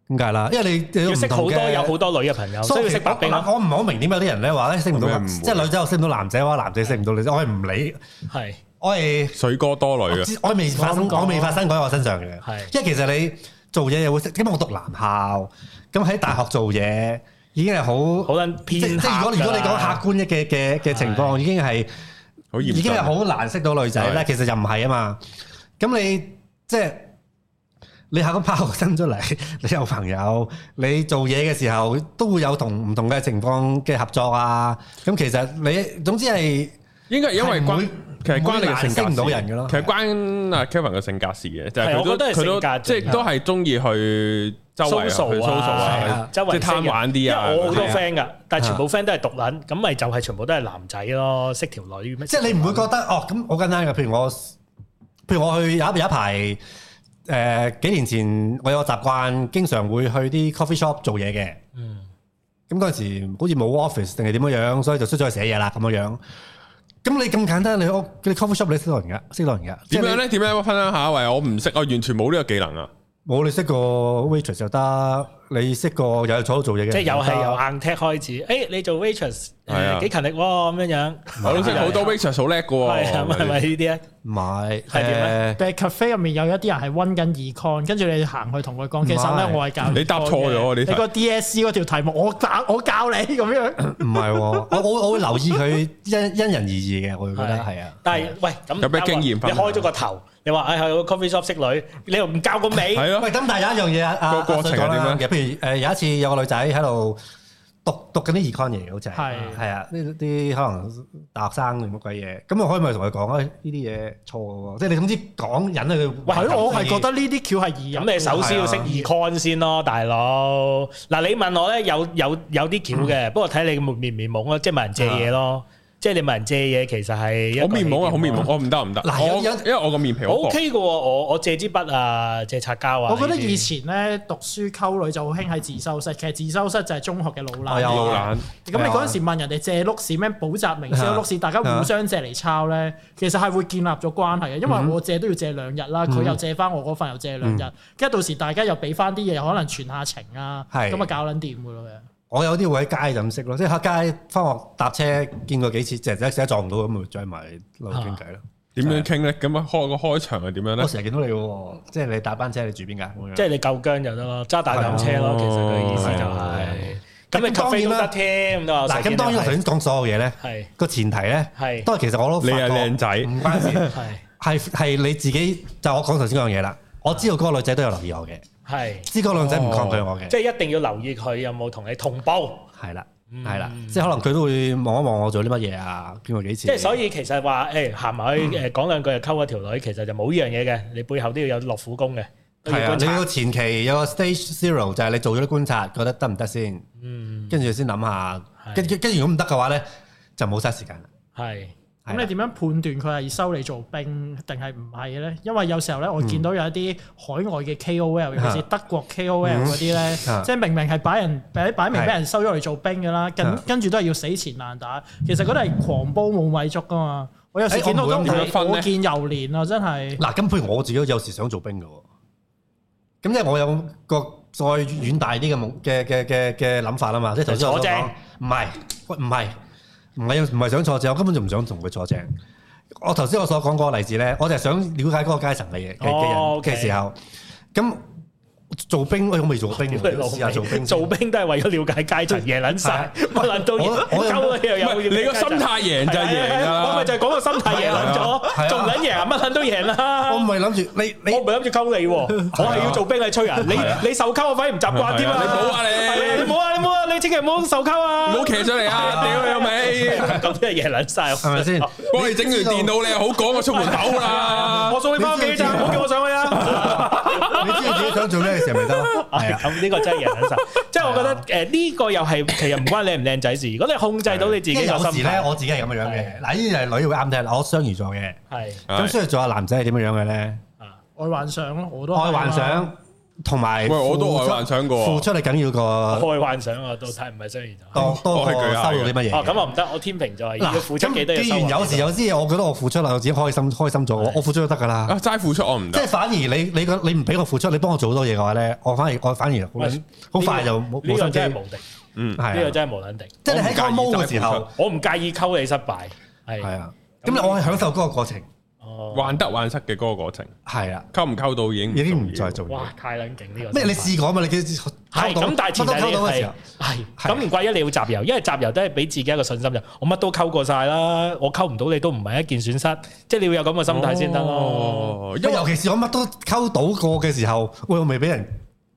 Speaker 2: 點解啦？因為你你都
Speaker 3: 要
Speaker 2: 唔
Speaker 3: 識
Speaker 2: 同
Speaker 3: 好多
Speaker 2: 嘅
Speaker 3: 有好多女嘅朋友，所以要識白冰
Speaker 2: 我
Speaker 3: 咯，
Speaker 2: 我唔係好明點解有啲人咧話咧識唔到
Speaker 1: 有咩
Speaker 2: 男，
Speaker 1: 誤會
Speaker 2: 即係女仔又識唔到男仔，或者男仔識唔到女仔，我係唔理，
Speaker 3: 係
Speaker 2: 我係
Speaker 1: 水哥多女嘅，
Speaker 2: 我未發生，
Speaker 4: 我咁講
Speaker 2: 我未發生過喺我身上嘅。
Speaker 3: 係
Speaker 2: 因為其實你做嘢又會識，因為我讀男校，咁喺大學做嘢已經係好，
Speaker 3: 好撚
Speaker 2: 即
Speaker 3: 偏
Speaker 2: 即係如果
Speaker 3: 黑
Speaker 2: 如果你
Speaker 3: 㗎啦
Speaker 2: 講客觀嘅嘅嘅情況，已經係。
Speaker 1: 好嚴
Speaker 2: 已經係
Speaker 1: 好
Speaker 2: 好難識到女仔啦。
Speaker 1: 係
Speaker 2: 其實就唔係啊嘛。咁你即係你下個拋學生出嚟， 你有朋友，你做嘢嘅時候都會有同唔同嘅情況嘅合作啊。咁其實你總之係
Speaker 1: 應該係因為
Speaker 2: 係唔會
Speaker 1: 關其實關你嘅性
Speaker 2: 唔會難識
Speaker 1: 格
Speaker 2: 唔到
Speaker 1: 事
Speaker 2: 人嘅咯
Speaker 1: 其實關阿 Kevin 嘅性格事嘅，就
Speaker 3: 係
Speaker 1: 佢
Speaker 3: 我覺
Speaker 1: 都
Speaker 3: 得係
Speaker 1: 佢
Speaker 3: 性格
Speaker 1: 都
Speaker 3: 啫
Speaker 1: 即係都係中意去周圍去
Speaker 3: social
Speaker 2: 係
Speaker 1: 啊
Speaker 3: 啊，，周
Speaker 1: 即
Speaker 3: 圍
Speaker 1: 係貪玩啲啊
Speaker 3: 因為我好多
Speaker 2: 係啊
Speaker 3: friend 噶，但係全部 friend 都係獨撚，咁咪就係全部都係男仔咯，識條女咩？
Speaker 2: 即係你唔會覺得哦咁好簡單嘅。譬如我，譬如我去有一有一排誒、呃、幾年前，我有個習慣，經常會去啲 coffee shop 做嘢嘅。
Speaker 3: 嗯
Speaker 2: 咁嗰陣時好似冇 office 定係點樣樣，所以就出咗去寫嘢啦咁樣樣。咁你咁簡單，你屋你 coffee shop 你識到人噶，識到人噶。
Speaker 1: 點樣
Speaker 2: 咧？
Speaker 1: 咧？點樣分享下？喂，我唔識，我完全冇呢個技能啊！
Speaker 2: 冇你識個 waitress 又得，你識個又係坐度做嘢嘅人
Speaker 3: 即係
Speaker 2: 得，
Speaker 3: 又係由硬踢開始，誒你做 waitress
Speaker 1: 係啊
Speaker 3: 誒幾勤力喎咁樣樣，
Speaker 2: 啊
Speaker 1: 我都識好多 waitress 好叻嘅喎，
Speaker 3: 係啊咪咪呢啲咧？
Speaker 2: 唔係
Speaker 3: 係點
Speaker 2: 誒？
Speaker 4: 但係 cafe 入面有一啲人係温緊 econ，跟住你行去同佢講，其實
Speaker 2: 唔係
Speaker 4: 咧我係教 econ 嘅
Speaker 1: 你答錯咗啊呢
Speaker 4: 你
Speaker 1: 題
Speaker 4: 個 DSE 嗰條題目我教我教你咁樣，
Speaker 2: 唔係喎，我我我會留意佢因因人而異嘅，我會覺得係啊。
Speaker 3: 但係喂咁
Speaker 1: 有咩經驗分
Speaker 3: 你
Speaker 1: 享
Speaker 3: 開咗個頭，你話誒去個 coffee shop 識女，你又唔教個尾，
Speaker 1: 係咯
Speaker 2: 喂，。咁但係有一樣嘢啊啊，
Speaker 1: 個過
Speaker 2: 阿 Sir
Speaker 1: 程係
Speaker 2: 講啦
Speaker 1: 點
Speaker 2: 嘅？譬如誒有一次有個女仔喺度讀讀緊啲 econ 嘢，好似係
Speaker 4: 係
Speaker 2: 係啊，呢啲可能大學生定乜鬼嘢，咁我可唔可以同佢講啊？呢啲嘢錯嘅喎，即係你總之講引佢去
Speaker 3: 喂
Speaker 2: 玩
Speaker 4: 係
Speaker 2: 緊
Speaker 4: 咯，我係
Speaker 2: 先
Speaker 4: 覺得呢啲橋係易入
Speaker 3: 咁你首先要識
Speaker 2: 係啊
Speaker 3: econ 先咯，大佬。嗱，你問我咧，有有有啲橋嘅，不過睇你面唔面懵咯，即係問人借嘢咯，即係你問人借嘢其實係一個
Speaker 1: 我面懵啊，
Speaker 3: 起點咯
Speaker 1: 好面懵，我唔得唔得，
Speaker 2: 嗱有
Speaker 1: 我
Speaker 2: 有
Speaker 1: 因為我個面皮好
Speaker 3: 我
Speaker 1: 薄，
Speaker 3: OK 嘅喎，我我借支筆啊，借擦膠啊。
Speaker 4: 我覺得
Speaker 3: 呢啲
Speaker 4: 以前咧讀書溝女就好興喺自修室，其實自修室就係中學嘅老
Speaker 2: 我
Speaker 4: 懶
Speaker 2: 有。
Speaker 1: 哦老懶
Speaker 4: 咁
Speaker 2: 啊
Speaker 4: 你嗰陣時問人哋借碌士咩補習名師碌士，大家互相借嚟抄咧，其實係會建立咗關係嘅，因為我借都要借兩日啦，佢又借翻我嗰份又借兩日，跟住到時大家又俾翻啲嘢，可能傳下情啊，
Speaker 2: 係
Speaker 4: 咁啊搞撚掂噶咯嘅，
Speaker 2: 我有啲會喺街就咁識咯，即係喺街翻學搭車見過幾次，成日成日撞唔到咁，咪再埋路傾偈咯。
Speaker 1: 點樣傾咧？咁啊開個開場係點樣咧
Speaker 2: 我？成日見到你喎，即係你搭班車，你住邊㗎？咁樣
Speaker 3: 即係你夠姜就得咯，揸大膽車咯，
Speaker 1: 係啊
Speaker 3: 其實佢意思就
Speaker 2: 係啊係啊
Speaker 3: 係。咁你
Speaker 2: 咁當
Speaker 3: c a
Speaker 2: 然
Speaker 3: 都
Speaker 2: 啦
Speaker 3: 得添，都話
Speaker 2: 嗱，咁當然我頭先講所有嘢咧，
Speaker 3: 係
Speaker 2: 個前提咧
Speaker 3: 係
Speaker 2: 都係其實我都
Speaker 1: 你
Speaker 2: 發
Speaker 1: 係
Speaker 2: 覺
Speaker 1: 靚仔
Speaker 2: 唔關事。
Speaker 3: 係
Speaker 2: 係係你自己就我講頭先嗰樣嘢啦。我知道嗰個女仔都有留意我嘅，
Speaker 3: 係，
Speaker 2: 知嗰個女仔唔抗拒我嘅，
Speaker 3: 哦即係一定要留意佢有冇同你同步。
Speaker 2: 係啦
Speaker 3: 嗯
Speaker 2: 係啦，即係可能佢都會望一望我做啲乜嘢啊，見過幾次。
Speaker 3: 即係所以其實話誒行埋去誒講兩句就溝一條女，其實就冇呢樣嘢嘅，你背後都要有落苦功嘅，都要
Speaker 2: 係啊，
Speaker 3: 觀
Speaker 2: 你
Speaker 3: 察
Speaker 2: 個。前期有個 stage zero 就係你做咗啲觀察，覺得得唔得先，
Speaker 3: 嗯，
Speaker 2: 跟住先諗下，
Speaker 3: 係
Speaker 2: 跟跟跟住如果唔得嘅話咧，就冇嘥時間啦。
Speaker 3: 係
Speaker 2: 係
Speaker 4: 咁
Speaker 2: 啦
Speaker 4: 你點樣判斷佢係收你做兵定係唔係咧？因為有時候咧，
Speaker 2: 嗯
Speaker 4: 我見到有一啲海外嘅 KOL，尤其是
Speaker 2: 啊
Speaker 4: 德國 KOL 嗰啲咧，
Speaker 2: 啊
Speaker 4: 即係明明係擺人擺擺明俾
Speaker 2: 係
Speaker 4: 人收咗嚟做兵㗎啦，跟
Speaker 2: 啊
Speaker 4: 跟住都係要死纏爛打，其實嗰啲係狂煲冇米粥㗎嘛。我有時
Speaker 2: 誒
Speaker 4: 見到
Speaker 2: 我
Speaker 4: 都
Speaker 2: 唔
Speaker 4: 唔
Speaker 2: 會
Speaker 1: 咁樣分咧
Speaker 4: 我見猶憐啊，真係。
Speaker 2: 嗱，咁譬如我自己有時想做兵嘅喎，咁即係我有個再遠大啲嘅夢嘅嘅嘅嘅諗法啊嘛，即係頭先我
Speaker 3: 坐
Speaker 2: 所
Speaker 3: 正
Speaker 2: 講，唔係喂唔係唔係唔係想坐正，我根本就唔想同佢坐正。我頭先我所講嗰個例子咧，我就係想了解嗰個階層嘅嘢嘅嘅
Speaker 3: 哦
Speaker 2: 人
Speaker 3: ，OK
Speaker 2: 嘅時候，咁做兵，喂我未做過 兵，
Speaker 3: 屌你老
Speaker 2: 我試下做兵
Speaker 3: 味，
Speaker 2: 先。
Speaker 3: 做兵都係為咗了解階層嘢撚晒， 乜撚到
Speaker 2: 我我
Speaker 3: 溝你又
Speaker 1: 唔係
Speaker 3: 有
Speaker 1: 你個心態贏就係贏㗎啦
Speaker 3: 啊我咪就係講個心態贏撚
Speaker 2: 係啊
Speaker 3: 咗，仲撚贏啊，乜撚都贏
Speaker 2: 我唔
Speaker 3: 啦。
Speaker 2: 係諗住你你
Speaker 3: 我唔係諗住溝你喎，我係要做兵你吹人，你你受溝我反而唔習慣添
Speaker 1: 係
Speaker 3: 啊！
Speaker 1: 啊你冇啊你
Speaker 3: 係你冇啊你冇啊，你千祈唔好受溝
Speaker 1: 唔
Speaker 3: 啊！
Speaker 1: 好騎上嚟啊！屌你老味！
Speaker 3: 咁真係贏撚晒，
Speaker 2: 係咪先？
Speaker 1: 幫你整完電腦，你又好講我出門口啦。
Speaker 3: 我送你翻屋企咋，唔好叫我上去啊！
Speaker 2: 你知道自己想做咩嘅時候咪得咯？係啊，
Speaker 3: 咁呢個真係人手，即係我覺得誒呢個又係其實唔關靚唔靚仔事，如果你控制到你自
Speaker 2: 因為
Speaker 3: 己個
Speaker 2: 有時
Speaker 3: 心
Speaker 2: 咧
Speaker 3: 態，
Speaker 2: 我自己係咁樣樣嘅。
Speaker 3: 係
Speaker 2: 嗱，呢啲係女會啱聽，我雙魚座嘅。
Speaker 3: 係
Speaker 2: 咁所以仲有男仔係點樣樣嘅咧？
Speaker 3: 啊
Speaker 4: 愛幻想咯，我都係啊
Speaker 2: 愛幻想，同埋
Speaker 1: 喂我都
Speaker 2: 付出
Speaker 1: 外患想過啊
Speaker 2: 付出係緊要過
Speaker 3: 開幻想啊，到睇唔係雙魚座。
Speaker 2: 多多過
Speaker 1: 我係巨蟹
Speaker 2: 收到啲乜嘢。
Speaker 3: 哦，咁啊唔得，我天平就係要付出
Speaker 2: 咁
Speaker 3: 幾多嘢
Speaker 2: 既
Speaker 3: 收穫
Speaker 2: 然有時有啲嘢，我覺得我付出啦，我自己開心開心咗，我我付出都得㗎啦。
Speaker 1: 啊齋付出我唔
Speaker 2: 即
Speaker 1: 得
Speaker 2: 係，反而你你個你唔俾我付出，你幫我做好多嘢嘅話咧，我反而我反而好
Speaker 3: 喂
Speaker 2: 好快就冇
Speaker 3: 呢
Speaker 2: 冇
Speaker 3: 個
Speaker 2: 心機。
Speaker 3: 真係無敵，
Speaker 1: 嗯，
Speaker 3: 呢
Speaker 2: 係
Speaker 3: 個
Speaker 2: 啊，
Speaker 3: 真係無撚敵。
Speaker 2: 即係你喺嗰個
Speaker 1: 我唔介意齋
Speaker 2: mode 嘅時
Speaker 1: 付
Speaker 2: 候
Speaker 1: 出，
Speaker 3: 我唔介意溝你失敗，
Speaker 2: 係
Speaker 3: 係
Speaker 2: 啊。咁我係享受嗰個過程，
Speaker 3: 哦，
Speaker 1: 患得患失嘅嗰個過程，
Speaker 2: 係啊，
Speaker 1: 溝唔溝到已經
Speaker 2: 已經唔
Speaker 1: 重要
Speaker 2: 再做嘢
Speaker 3: 哇。，太撚勁呢個！
Speaker 2: 咩？你試過嘛？你幾溝到
Speaker 3: 係咁，但係前提
Speaker 2: 乜都溝
Speaker 3: 你
Speaker 2: 到嘅時
Speaker 3: 係
Speaker 2: 候，
Speaker 3: 係
Speaker 2: 係
Speaker 3: 咁唔怪一你要集郵，因為集郵都係俾自己一個信心就，我乜都溝過晒啦，我溝唔到你都唔係一件損失，即係你要有咁嘅心態先得咯。
Speaker 1: 哦因
Speaker 2: 因
Speaker 1: 為
Speaker 2: 為尤其是我乜都溝到過嘅時候，喂，我未俾人，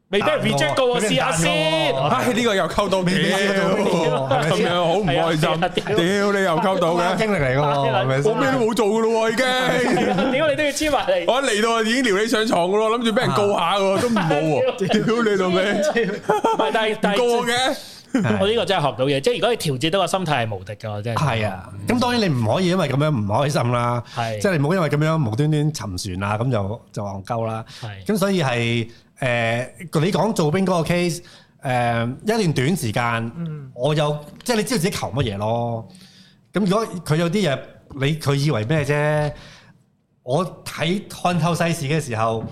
Speaker 3: 未俾人 reject 過，我試下先。
Speaker 1: 唉呢個又溝到
Speaker 2: 未俾人溝到
Speaker 1: 屌
Speaker 2: 喎，係 咪
Speaker 1: 咁
Speaker 2: 先？
Speaker 1: 樣好唔開心，
Speaker 3: 係啊
Speaker 1: 屌
Speaker 3: 屌
Speaker 1: 你又溝到
Speaker 2: 好啱
Speaker 1: 嘅，
Speaker 2: 經歷嚟嘅喎，係咪
Speaker 1: 我
Speaker 2: 先
Speaker 1: 咩都冇做噶咯喎已經。
Speaker 3: 屌你都要黐埋嚟。
Speaker 1: 我一嚟到已經撩你上床噶咯，諗住俾人告下噶，都唔冇喎，屌你老味，
Speaker 3: 唔係，但係但
Speaker 1: 唔啊告我
Speaker 3: 係，
Speaker 1: 嘅，
Speaker 3: 我呢個真係學到嘢，即係如果你調節到個心態係無敵㗎，我真係。
Speaker 2: 係啊，咁當然你唔可以因為咁樣唔開心啦，
Speaker 3: 係
Speaker 2: 即係你唔好因為咁樣無端端沉船啊，咁就就戇鳩啦。
Speaker 3: 係
Speaker 2: 咁所以係誒、呃你講做兵嗰個 case，誒、一呃段短時間，
Speaker 3: 嗯
Speaker 2: 我有即係你知道自己求乜嘢咯。咁如果佢有啲嘢你佢以為咩啫？我睇看透世事嘅時候，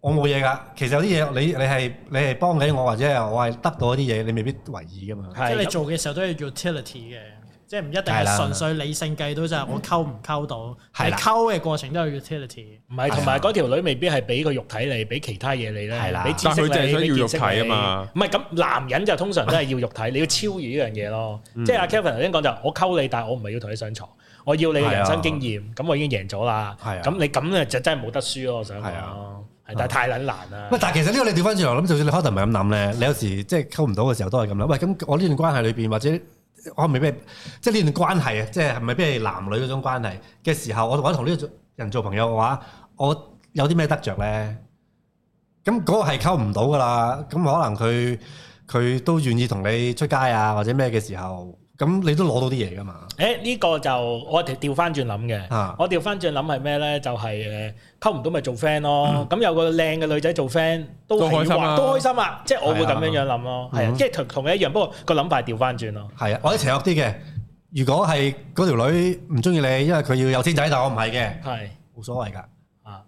Speaker 2: 我冇嘢㗎。其實有啲嘢你你係你係幫緊我，或者係我係得到一啲嘢，你未必為意㗎嘛。
Speaker 4: 即係你
Speaker 3: 係
Speaker 4: 做嘅時候都要 utility 嘅，即係唔一定
Speaker 2: 係啦
Speaker 4: 係純粹理性計到就係我溝唔溝到，
Speaker 2: 係
Speaker 4: 係
Speaker 2: 啦
Speaker 4: 溝嘅過程都 有 utility。
Speaker 3: 唔係，同埋嗰條女未必係俾個肉體你，俾其他嘢你咧，
Speaker 2: 啊係啦
Speaker 3: 俾知識你
Speaker 1: 但佢就係想要肉體啊
Speaker 3: 俾見識你
Speaker 1: 嘛
Speaker 3: 唔係咁，男人就通常都係要肉體，你要超越呢樣嘢咯。
Speaker 1: 嗯
Speaker 3: 即係阿 Kevin 頭先講就，我溝你，但係我唔係要同你上床，我要你嘅
Speaker 1: 啊
Speaker 3: 人生經驗，咁我已經贏咗啦。
Speaker 2: 係啊
Speaker 3: 咁你咁咧就真係冇得輸咯，我想講
Speaker 2: 係啊。
Speaker 3: 係，但係太撚難啦
Speaker 2: 喂，。但係其實呢個你調翻轉頭諗，就算你開頭唔係咁諗咧，你有時即係溝唔到嘅時候都係咁諗。喂，咁我呢段關係裏邊，或者我未必係即係呢段關係啊，即係係咪必係男女嗰種關係嘅時候，我或者同呢個人做朋友嘅話，我有啲咩得着咧？咁嗰個係溝唔到噶啦，咁可能佢佢都願意同你出街啊，或者咩嘅時候，咁你都攞到啲嘢噶嘛？
Speaker 3: 誒呢個就我調調翻轉諗嘅
Speaker 2: 啊，
Speaker 3: 我調翻轉諗係咩咧？就係誒溝唔到咪做 friend 咯。咁有個靚嘅女仔做 friend 都
Speaker 1: 都
Speaker 3: 係
Speaker 1: 開心
Speaker 3: 要
Speaker 1: 啊
Speaker 3: 話都開心啊！即係我會咁樣樣諗咯，
Speaker 2: 係啊
Speaker 3: 係啊
Speaker 2: 嗯，
Speaker 3: 即係同同你一樣，不過個諗法係調翻轉咯。
Speaker 2: 係啊，或者邪惡啲嘅，如果係嗰條女唔中意你，因為佢要有錢仔，但我唔係嘅，
Speaker 3: 係
Speaker 2: 冇所謂㗎。
Speaker 3: 啊，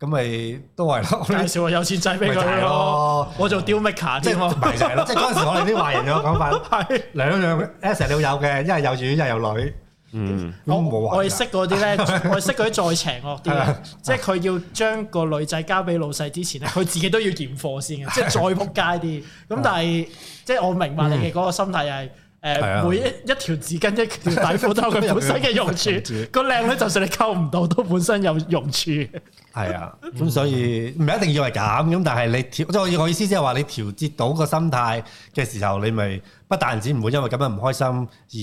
Speaker 2: 咁咪都係 咯，
Speaker 4: 介紹我有錢仔俾
Speaker 2: 咪就
Speaker 4: 佢
Speaker 2: 係
Speaker 4: 咯
Speaker 2: 咯，
Speaker 4: 我做 deal maker
Speaker 2: 即
Speaker 4: 添
Speaker 2: 係
Speaker 4: 喎。
Speaker 2: 咪就係咯，即係嗰陣時我哋啲壞人嘅講 法，
Speaker 4: 係，
Speaker 2: 兩樣 S 都有嘅，一係有主，一係有女，
Speaker 1: 嗯，
Speaker 2: 咁
Speaker 4: 我
Speaker 2: 冇
Speaker 4: 我
Speaker 2: 壞
Speaker 4: 哋識嗰啲咧， 我哋識嗰啲再邪惡啲
Speaker 2: 係
Speaker 4: 嘅
Speaker 2: 啊，
Speaker 4: 即係佢要將個女仔交俾老細之前咧，佢自己都要驗貨先 嘅，即係再撲街啲。咁但係即係我明白你嘅嗰個心態係。
Speaker 2: 啊係啊
Speaker 4: 誒每一一條紙巾一條底褲都有佢本身嘅用 處，個靚女就算你溝唔到，都本身有用處。
Speaker 2: 係啊，咁所以唔一定要係咁，咁但係你調，即係我意思即係話你調節到個心態嘅時候，你咪不但止唔會因為咁樣唔開心，而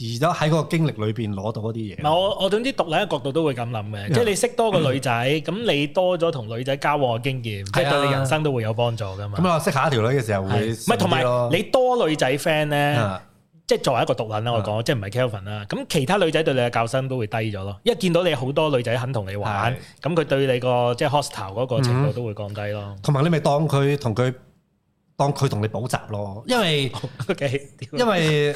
Speaker 2: 而都喺嗰個經歷裏邊攞到嗰啲
Speaker 3: 唔
Speaker 2: 嘢
Speaker 3: 係。我我總之獨立嘅角度都會咁諗嘅，即係你識多個女仔，咁你多咗同女仔交往嘅經驗，即
Speaker 2: 係啊
Speaker 3: 係對你人生都會有幫助噶嘛
Speaker 2: 咁。我啊識下一條女嘅時候
Speaker 3: 係
Speaker 2: 會
Speaker 3: 唔係同埋
Speaker 2: 順啲咯
Speaker 3: 你多女仔 friend 咧
Speaker 2: 啊，
Speaker 3: 即係作為一個獨撚啦，我講即係唔係 Kelvin 啦。咁其他女仔對你嘅教心都會低咗咯，因為見到你好多女仔肯同你玩
Speaker 2: 係，
Speaker 3: 咁佢對你個即係 hostile 嗰個程度都會降低咯。
Speaker 2: 同埋你咪當佢同佢當佢同你補習咯，因為。
Speaker 3: OK，
Speaker 2: 因 為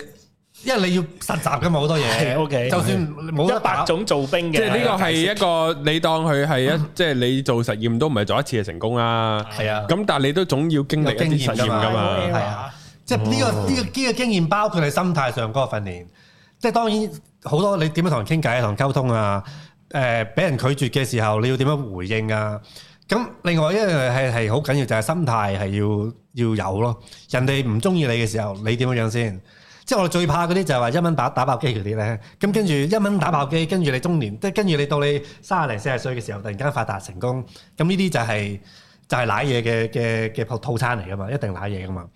Speaker 2: 因為你要實習噶嘛，好多嘢。
Speaker 3: 係，OK
Speaker 2: 就算冇得
Speaker 3: 一百
Speaker 2: 打，
Speaker 3: 種做兵嘅，
Speaker 1: 即係呢個係一個你當佢係一，即係你做實驗都唔係做一次就成功啦。
Speaker 2: 係啊，
Speaker 1: 咁但係你都總要經歷一啲實驗㗎
Speaker 2: 有經
Speaker 1: 嘛。
Speaker 2: 係啊，即係呢個
Speaker 3: 嗯
Speaker 2: 呢個呢個經驗包括你心態上嗰個訓練。即係當然好多你點樣同人傾偈、同人溝通啊，誒俾人拒絕嘅時候，你要點樣回應啊？咁另外一樣係係好緊要就係心態係要要有咯。人哋唔中意你嘅時候，你點樣樣先？即係我哋最怕嗰啲就係話一蚊打打爆機嗰啲咧，咁跟住一蚊打爆機，跟住你中年，即係跟住你到你三十零四十歲嘅時候，突然間發達成功，咁呢啲就係、就係賴嘢嘅嘅嘅套套餐嚟噶嘛，一定賴嘢噶嘛。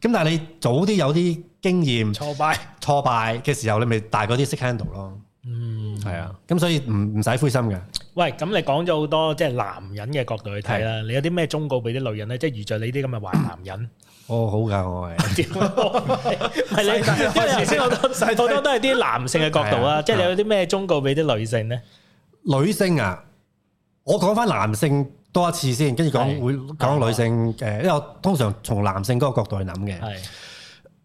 Speaker 2: 咁但係你早啲有啲經驗，
Speaker 3: 挫敗。
Speaker 2: 挫敗嘅時候，你咪大嗰啲識 handle 咯。嗯，係啊，咁所以唔唔使灰心嘅。
Speaker 3: 喂，咁你講咗好多即係男人嘅角度去睇啦，你有啲咩忠告俾啲女人咧？即係遇着你啲咁嘅壞 男人，
Speaker 2: 我好㗎，我係
Speaker 3: 屌係你， 因為頭先好多好多都係啲男性嘅角度
Speaker 2: 係
Speaker 3: 啊，
Speaker 2: 啊
Speaker 3: 即係你有啲咩忠告俾啲女性咧？
Speaker 2: 女性啊，我講翻男性多一次先，跟住
Speaker 3: 係
Speaker 2: 講會講女性誒，因為我通常從男性嗰個角度去諗嘅。
Speaker 3: 係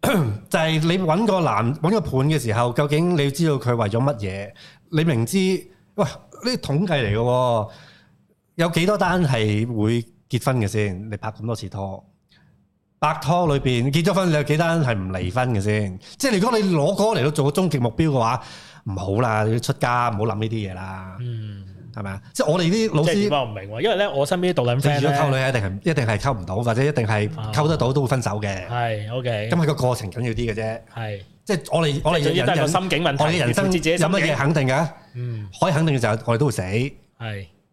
Speaker 2: 就係你揾個男揾個伴嘅時候，究竟你要知道佢為咗乜嘢？你明知喂呢統計嚟嘅喎，有幾多單係會結婚嘅先？你拍咁多次拖，拍拖裏邊結咗婚，你有幾單係唔離婚嘅先？即係如果你攞嗰個嚟到做個終極目標嘅話，唔好啦，你出家唔好諗呢啲嘢啦，
Speaker 3: 嗯，
Speaker 2: 係咪啊？即係我哋啲老
Speaker 3: 即係
Speaker 2: 師
Speaker 3: 點。解啊我唔明喎？因為咧，我身邊啲獨撚
Speaker 2: 即係
Speaker 3: friend
Speaker 2: 如果溝
Speaker 3: 咧，
Speaker 2: 女一定係一定係溝唔到，或者一定係溝得到都會分手嘅。
Speaker 3: 哦係 OK，
Speaker 2: 咁係個過程緊要啲嘅啫。
Speaker 3: 係
Speaker 2: 即係我哋我
Speaker 3: 我
Speaker 2: 哋
Speaker 3: 哋總之
Speaker 2: 人
Speaker 3: 都係個
Speaker 2: 人
Speaker 3: 心境問題，
Speaker 2: 我哋人生
Speaker 3: 自己嘅
Speaker 2: 有
Speaker 3: 心
Speaker 2: 乜嘢
Speaker 3: 境，
Speaker 2: 肯定㗎？
Speaker 3: 嗯，
Speaker 2: 可以肯定嘅就係我哋都會死。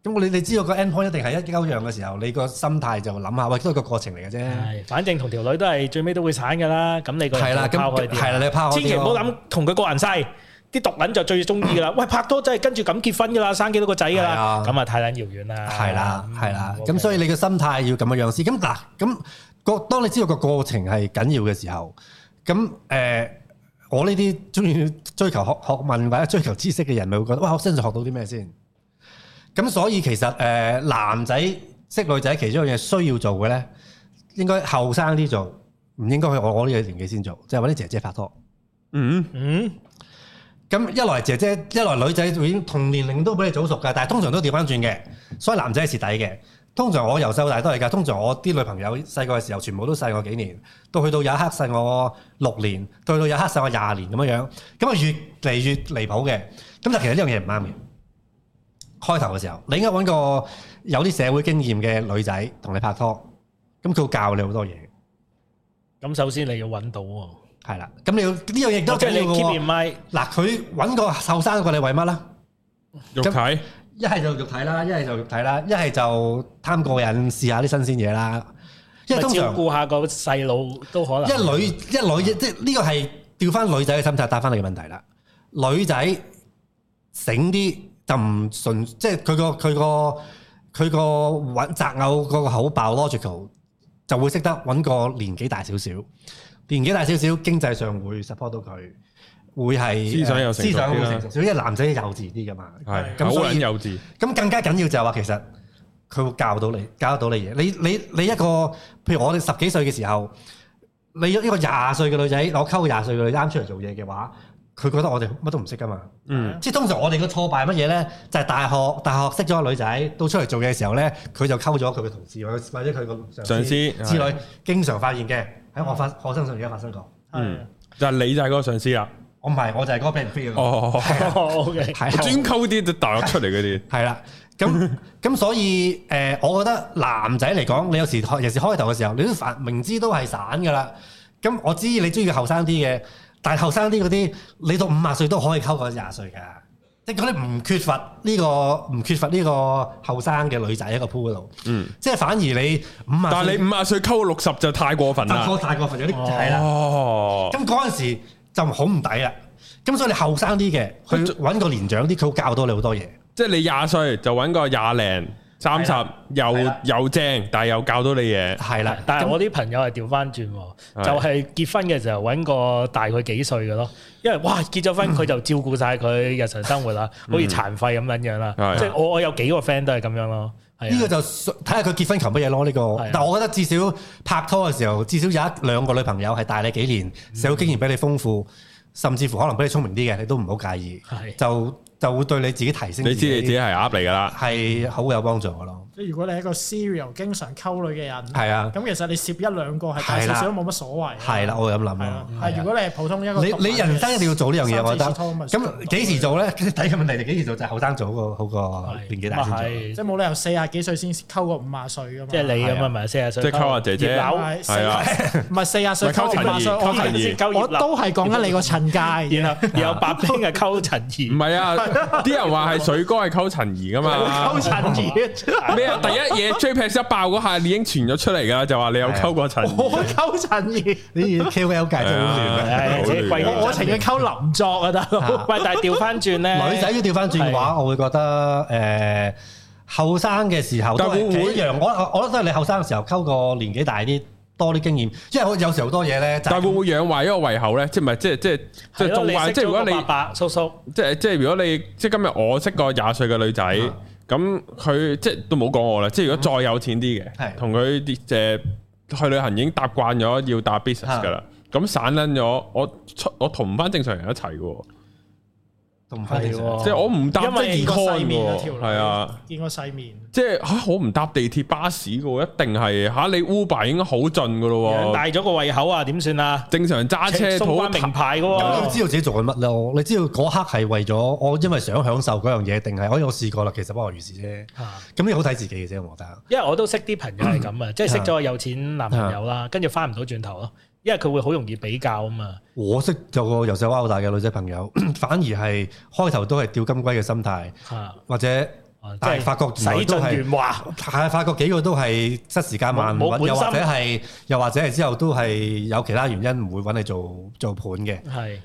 Speaker 2: 咁
Speaker 3: 係
Speaker 2: 你你知道個 end point 一定係一鳩樣嘅時候，你個心態就諗下，喂，都係個過程嚟嘅啫。
Speaker 3: 係，反正同條女都係最尾都會散㗎啦。咁你個人
Speaker 2: 係啦，
Speaker 3: 就
Speaker 2: 咁
Speaker 3: 拋開啲
Speaker 2: 係啦，你拋開
Speaker 3: 千祈唔好
Speaker 2: 諗
Speaker 3: 諗同佢個人勢，啲毒撚就最中意噶啦。喂，拍拖真係跟住咁結婚噶啦，生幾多個仔噶
Speaker 2: 係啊
Speaker 3: 啦，咁啊太撚遙遠啦。
Speaker 2: 係啦，係啦。
Speaker 3: 嗯
Speaker 2: 咁所以你嘅心態要咁嘅樣先。咁嗱，咁個當你知道個過程係緊要嘅時候，咁誒。我呢啲中意追求學 學問或者追求知識嘅人，咪會覺得哇！我身上學到啲咩先？咁所以其實誒、呃男仔識女仔，其中一樣嘢需要做嘅咧，應該後生啲做，唔應該去我我呢個年紀先做，就係揾啲姐姐拍拖。
Speaker 1: 嗯，
Speaker 3: 嗯
Speaker 2: 咁一來姐姐，一來女仔已經同年齡都比你早熟㗎，但係通常都調翻轉嘅，所以男仔係蝕底嘅。通常我由細到大都係㗎，通常我啲女朋友細個嘅時候全部都細我幾年，到去到有一刻細我六年，到去到有一刻細我廿年咁樣樣，咁啊越嚟越離譜嘅。咁但係其實呢樣嘢唔啱嘅。開頭嘅時候，你應該揾個有啲社會經驗嘅女仔同你拍拖，咁佢會教你好多嘢，
Speaker 3: 咁首先你要揾到喎，
Speaker 2: 係啦。咁你要呢樣嘢都
Speaker 3: 哦即係
Speaker 2: 緊
Speaker 3: 你
Speaker 2: 要嘅
Speaker 3: keep
Speaker 2: 喎。
Speaker 3: in mind
Speaker 2: 嗱，佢揾個後生過你為乜啦？
Speaker 1: 肉體
Speaker 2: 一係就肉體啦，一係就肉體啦，一係就貪過癮試下啲新鮮嘢啦。因為通
Speaker 3: 照
Speaker 2: 常
Speaker 3: 顧下個細路都可能。
Speaker 2: 一女一女即係呢個係調翻女仔嘅心態答翻你嘅問題啦。女仔醒啲就唔純，即係佢個佢個佢個揾擇偶嗰個口爆 logical 就會識得揾個年紀大少少，年紀大少少經濟上會 support 到佢，會係呃
Speaker 1: 思想有成熟
Speaker 2: 思想會
Speaker 1: 啲啦
Speaker 2: 成熟少，因為男仔幼稚啲噶嘛。
Speaker 1: 係
Speaker 2: 咁
Speaker 1: 好
Speaker 2: 所以
Speaker 1: 撚幼稚，
Speaker 2: 咁更加緊要就係話其實佢會教到你，教得到你嘢。你你你一個，譬如我哋十幾歲嘅時候，你一個廿歲嘅女仔，我溝個廿歲嘅女仔啱出嚟做嘢嘅話，佢覺得我哋乜都唔識噶嘛。
Speaker 1: 嗯，
Speaker 2: 即係通常我哋嘅挫敗乜嘢咧，就係、大學大學識咗個女仔，到出嚟做嘢嘅時候咧，佢就溝咗佢嘅同事或者或者佢個
Speaker 1: 上
Speaker 2: 上
Speaker 1: 司
Speaker 2: 司之
Speaker 1: 係
Speaker 2: 類，經常發現嘅喺我發我身上而家發生過。
Speaker 1: 嗯
Speaker 4: 係啊
Speaker 1: 就係你就係嗰個上司啦。
Speaker 2: 我唔係，我就係嗰個俾人飛嘅嗰個。
Speaker 1: 哦，
Speaker 3: O K，
Speaker 2: 係啦
Speaker 1: 專溝啲大陸出嚟嗰啲，
Speaker 2: 係啦，咁 咁所以誒、呃我覺得男仔嚟講，你有時開尤其是開頭嘅時候，你都反明知都係散噶啦。咁我知你中意後生啲嘅，但係後生啲嗰啲，你到五十歲都可以溝個廿歲㗎。即係嗰啲唔缺乏呢、個唔缺乏呢個後生嘅女仔喺個 pool 度，
Speaker 1: 嗯，
Speaker 2: 即係反而你五十，
Speaker 1: 但係你五啊歲溝六十就太過分
Speaker 2: 就
Speaker 1: 啦。
Speaker 2: 過大過分有啲
Speaker 3: 哦
Speaker 2: 係啦。
Speaker 1: 哦，
Speaker 2: 咁嗰陣時就好唔抵啦。咁所以你後生啲嘅，
Speaker 1: 佢
Speaker 2: 去揾個年長啲，佢會教到你好多嘢。
Speaker 1: 即係你廿歲就揾個廿零三十
Speaker 2: 係啦
Speaker 1: 又
Speaker 2: 係啦
Speaker 1: 又正，但係又教到你嘢。
Speaker 2: 係啦，
Speaker 3: 但係
Speaker 2: 咁
Speaker 3: 我啲朋友係調翻轉喎，
Speaker 1: 係
Speaker 3: 就係結婚嘅時候揾個大佢幾歲嘅咯，因為哇結咗
Speaker 1: 嗯
Speaker 3: 婚佢就照顧晒佢日常生活啦，好似殘廢咁樣樣啦
Speaker 1: 係，
Speaker 3: 即係我我有幾個 friend 都係咁樣咯，係啊
Speaker 2: 呢個就睇下佢結婚求乜嘢咯。呢、
Speaker 3: 係啊
Speaker 2: 個，但我覺得至少拍拖嘅時候，至少有一兩個女朋友係大你幾年，社會經驗比你豐富，甚至乎可能比你聰明啲嘅，你都唔好介意
Speaker 3: 嗯係，
Speaker 2: 就就會對你自己提升。
Speaker 1: 你知你自己係鴨嚟㗎啦。
Speaker 2: 係好有幫助嘅咯。
Speaker 4: 即係如果你係一個 serial 經常溝女嘅人，
Speaker 2: 係啊，
Speaker 4: 咁其實你攝一兩個係大
Speaker 2: 係
Speaker 4: 少
Speaker 2: 啦
Speaker 4: 少都冇乜所謂。啊
Speaker 3: 啊
Speaker 2: 係啦，，我係咁諗
Speaker 4: 係啦
Speaker 2: 咯。。
Speaker 4: 但係啊如果你係普通一個獨
Speaker 2: 嗯你
Speaker 4: 立嘅，
Speaker 2: 你人生一定要做呢樣嘢，我覺得。
Speaker 4: 三四次拖咪
Speaker 2: 咁幾時做咧？ 第一個問題，你幾時做就係後生做好過好過
Speaker 3: 係
Speaker 2: 年紀大先
Speaker 3: 咁啊
Speaker 2: 做。
Speaker 3: 係
Speaker 4: 即係冇理由四廿幾歲先溝個五廿歲㗎嘛。
Speaker 3: 即係你咁
Speaker 2: 係
Speaker 3: 啊，
Speaker 2: 啊
Speaker 3: 咪四十歲，
Speaker 1: 即係溝下姐姐
Speaker 3: 葉柳
Speaker 4: 係
Speaker 1: 係啊
Speaker 4: 唔係四廿歲
Speaker 1: 咪溝
Speaker 4: 溝五廿歲，
Speaker 1: 陳怡溝陳怡
Speaker 4: 我係
Speaker 3: 先溝葉
Speaker 4: 我
Speaker 3: 柳
Speaker 4: 都係講緊你個陳介。
Speaker 3: 然後然後白冰係溝陳
Speaker 1: 唔
Speaker 3: 怡，
Speaker 1: 係啊，啲人話係水哥係溝陳怡噶 嘛
Speaker 4: 溝。陳怡，
Speaker 1: 咩啊？第一嘢 JPEX 一爆嗰下，你已經傳咗出嚟㗎啦，就話你有溝過 陳怡。
Speaker 4: 我溝陳怡，
Speaker 2: 呢啲 KOL 界真係好亂
Speaker 1: 係啊
Speaker 2: 啊！
Speaker 3: 係即係貴
Speaker 1: 好亂
Speaker 4: 我
Speaker 1: 啊
Speaker 4: 我情願溝林作啊，大佬。
Speaker 3: 喂，但係調翻轉咧，
Speaker 2: 女仔要調翻轉嘅話，我會覺得誒後生嘅時候都
Speaker 1: 但會
Speaker 2: 係
Speaker 1: 唔會
Speaker 2: 一樣。我我覺得你後生嘅時候溝個年紀大啲，多啲經驗，因為我有時好多嘢咧就
Speaker 1: 但係
Speaker 2: 係
Speaker 1: 會唔會養壞一個胃口咧？即係咪即係即係即係
Speaker 3: 係咯
Speaker 1: 仲
Speaker 3: 你
Speaker 1: 壞？
Speaker 3: 識
Speaker 1: 即係
Speaker 3: 咗
Speaker 1: 如果
Speaker 3: 個
Speaker 1: 你
Speaker 3: 伯伯叔叔，
Speaker 1: 即係即係如果你即係今日我識個廿歲嘅女仔，
Speaker 2: 啊
Speaker 1: 咁咁佢即係都冇講我啦，即係如果再有錢啲
Speaker 4: 嗯
Speaker 1: 嘅，
Speaker 2: 係
Speaker 1: 同佢啲誒去旅行已經搭慣咗要搭 business
Speaker 4: 啊
Speaker 1: 噶啦，咁散撚咗，我出我同唔翻正常人一齊嘅喎，
Speaker 2: 同翻正常
Speaker 3: 係喎
Speaker 1: 即係我唔搭
Speaker 4: 哦因為嗯
Speaker 1: 即
Speaker 4: 見
Speaker 1: 係
Speaker 4: 過
Speaker 1: econ
Speaker 4: 世面啊
Speaker 1: 喎
Speaker 4: 條女，
Speaker 1: 係啊。
Speaker 4: 見過世面。
Speaker 1: 即係吓、我唔搭地鐵巴士嘅喎，一定係吓、你 Uber 應該好盡嘅咯喎，
Speaker 3: 大咗個胃口啊，點算啊？
Speaker 1: 正常揸車
Speaker 3: 送
Speaker 1: 肚
Speaker 3: 翻名牌嘅
Speaker 2: 咁你
Speaker 3: 喎，
Speaker 2: 知道自己做緊乜咯？你知道嗰刻係為咗我，因為想享受嗰樣嘢，定係哎我有試過啦，其實不外如是啫。咁你好睇自己嘅啫，我覺得。
Speaker 3: 啊因為我都識啲朋友係咁
Speaker 2: 嗯
Speaker 3: 啊，即係識咗個有錢男朋友
Speaker 2: 啊
Speaker 3: 啦，跟住翻唔到轉頭咯，因為佢會好容易比較啊嘛。
Speaker 2: 我識有個由細玩到大嘅女仔朋友，反而係開頭都係釣金龜嘅心態，
Speaker 3: 啊
Speaker 2: 或者
Speaker 3: 啊
Speaker 2: 但係
Speaker 3: 即係
Speaker 2: 發覺原來
Speaker 3: 洗
Speaker 2: 都
Speaker 3: 盡
Speaker 2: 係
Speaker 3: 鉛華，
Speaker 2: 啊係發覺幾個都係失時間慢，
Speaker 3: 冇冇本心
Speaker 2: 又或者係又或者係之後都係有其他原因唔會揾你做做盤嘅。
Speaker 3: 係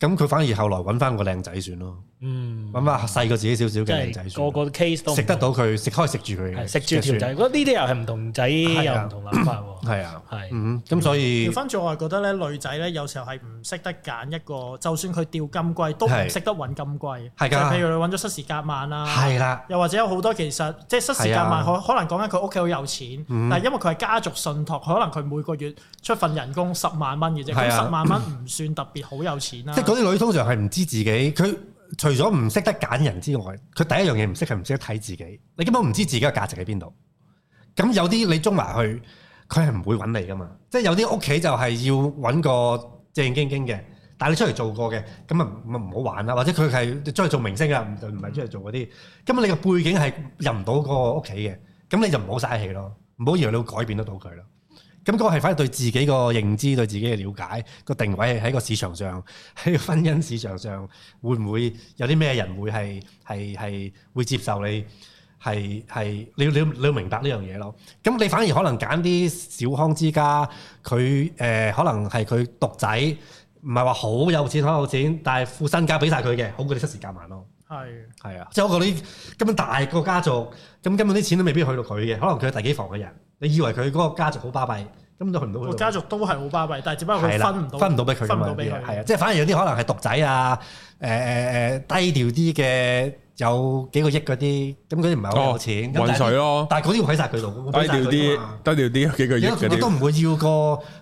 Speaker 2: 咁佢反而後來揾翻個靚仔算咯，
Speaker 3: 嗯，
Speaker 2: 揾翻細過自己少少嘅
Speaker 3: 即
Speaker 2: 靚仔
Speaker 3: 係個
Speaker 2: 算
Speaker 3: 個
Speaker 2: 咯，
Speaker 3: case 都唔
Speaker 2: 食得到佢食開食住佢
Speaker 3: 同，係
Speaker 2: 嘅，
Speaker 3: 食住條
Speaker 2: 就
Speaker 3: 仔，
Speaker 2: 算
Speaker 3: 嗰呢啲又係唔同仔又唔同諗法喎。
Speaker 2: 係啊，
Speaker 3: 係
Speaker 2: 嗯，咁所以
Speaker 4: 調翻轉，我係覺得咧，女仔咧有時候係唔識得揀一個，就算佢釣金龜都唔
Speaker 2: 係
Speaker 4: 識得揾金龜。
Speaker 2: 係㗎
Speaker 4: 就譬如你揾咗失時夾萬啊
Speaker 3: 啊
Speaker 4: 啦，
Speaker 2: 係啦，
Speaker 4: 又或者有好多其實即係失時間
Speaker 2: 係
Speaker 4: 萬，
Speaker 2: 啊嗯
Speaker 4: 可可能講緊佢屋企好有錢，但係因為佢係家族信託，可能佢每個月出份人工十萬蚊嘅啫，咁
Speaker 2: 係啊
Speaker 4: 十萬蚊唔算特別好有錢啦
Speaker 2: 即係。嗰啲女通常係唔知自己，佢除咗唔識得揀人之外，佢第一樣嘢唔識係唔識得睇自己，你根本唔知自己嘅價值喺邊度。咁有啲你中埋去，佢係唔會揾你噶嘛。即係有啲屋企就係要揾個正經經嘅，但係你出嚟做過嘅，咁啊唔唔好玩啦。或者佢係出嚟做明星啊，唔就唔係出嚟做嗰啲。咁你嘅背景係入唔到個屋企嘅，咁你就唔好嘥氣咯，唔好以為你會改變得到佢咯。咁嗰個係反而對自己個認知、對自己嘅了解、個定位係喺個市場上、喺個婚姻市場上，會唔會有啲咩人會係係係會接受你？係係你要你要你要明白呢樣嘢咯。咁你反而可能揀啲小康之家，佢誒、呃可能係佢獨仔，唔係話好有錢好有錢，但係副身家俾晒佢嘅，好過你失時間慢咯。
Speaker 4: 係
Speaker 2: 係啊，即係我覺得呢根本大個家族，咁根本啲錢都未必去到佢嘅，可能佢係第幾房嘅人，你以為佢嗰個家族好巴閉，根本都去唔到佢
Speaker 4: 個
Speaker 2: 度。
Speaker 4: 家族都係好巴閉，但係只不過
Speaker 2: 係
Speaker 4: 佢
Speaker 2: 啦
Speaker 4: 分唔到，
Speaker 2: 分唔到俾佢㗎
Speaker 4: 分唔
Speaker 2: 嘛，
Speaker 4: 到俾佢。
Speaker 2: 係啊，即係反而有啲可能係獨仔啊，誒誒誒低調啲嘅，有幾個億嗰啲，咁嗰啲唔係好有錢，咁
Speaker 1: 哦
Speaker 2: 但
Speaker 1: 混
Speaker 2: 係
Speaker 1: 水咯
Speaker 2: 但係嗰啲會喺晒佢度，
Speaker 1: 低
Speaker 2: 會俾晒
Speaker 1: 調
Speaker 2: 佢㗎
Speaker 4: 啊
Speaker 2: 嘛
Speaker 1: 啲，低調啲有幾個億嗰
Speaker 2: 啊因為都
Speaker 1: 啲，
Speaker 2: 唔會要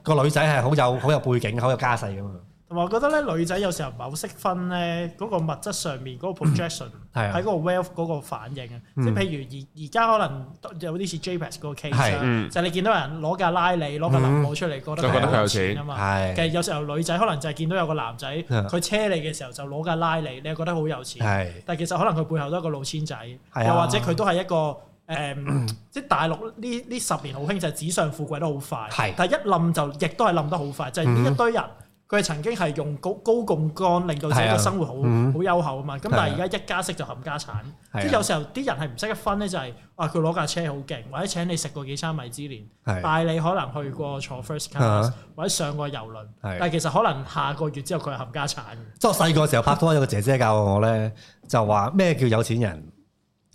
Speaker 2: 個個女仔係好有好有背景、好有家世㗎嘛。
Speaker 4: 同埋我覺得咧，女仔有時候唔係好識分咧嗰個物質上面嗰個 projection
Speaker 2: 係啊
Speaker 4: 喺嗰個 wealth 嗰個反應啊，即
Speaker 2: 嗯
Speaker 4: 係譬如而而家可能有啲似 JPEX 嗰個 case
Speaker 2: 係
Speaker 4: 啦
Speaker 1: 嗯，
Speaker 4: 就係你見到人攞架拉利攞架林寶出嚟，覺得
Speaker 1: 就覺得佢
Speaker 4: 佢
Speaker 1: 有
Speaker 4: 有
Speaker 1: 錢
Speaker 4: 錢啊嘛。
Speaker 2: 係
Speaker 4: 其實有時候女仔可能就係見到有個男仔佢車你嘅時候就攞架拉利，你又覺得好有錢，
Speaker 2: 係
Speaker 4: 但係其實可能佢背後都係一個老千仔，
Speaker 2: 啊
Speaker 4: 又或者佢都係一個。誒、 即係大陸呢呢十年好興就係紙上富貴都好
Speaker 2: 係嗯
Speaker 4: 快，但係一冧就亦都係冧得好快，就係、呢一堆人佢係曾經係用高高槓桿令到自己
Speaker 2: 係啊
Speaker 4: 嘅生活好好、
Speaker 2: 嗯
Speaker 4: 優厚啊嘛，咁但
Speaker 2: 係啊啊
Speaker 4: 係而家一加息就冚家產，即係有時候啲人係唔識得分咧，就係啊佢攞架車好勁，或者請你食過幾餐米芝蓮，
Speaker 2: 係
Speaker 4: 帶你可能去過坐
Speaker 2: 啊
Speaker 4: first class 或者上過遊輪，
Speaker 2: 係嗯
Speaker 4: 但係其實可能下個月之後佢係冚家產嘅。
Speaker 2: 即係我細個嘅時候拍拖，有個姐姐教我咧，就話咩叫有錢人？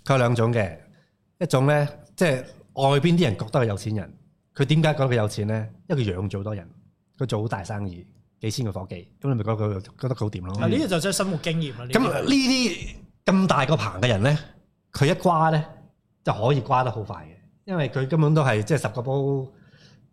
Speaker 2: 佢有兩種嘅，一種咧即係外邊啲人覺得佢有錢人，佢點解覺得佢有錢咧？因為佢養咗好多人，佢做好大生意，幾千個伙計，咁你咪覺得佢覺得佢好掂咯。
Speaker 4: 嗱啊呢啲就真係生活經驗啦。呢
Speaker 2: 咁
Speaker 4: 啲
Speaker 2: 呢啲咁大個棚嘅人咧，佢一瓜咧就可以瓜得好快嘅，因為佢根本都係即係十個煲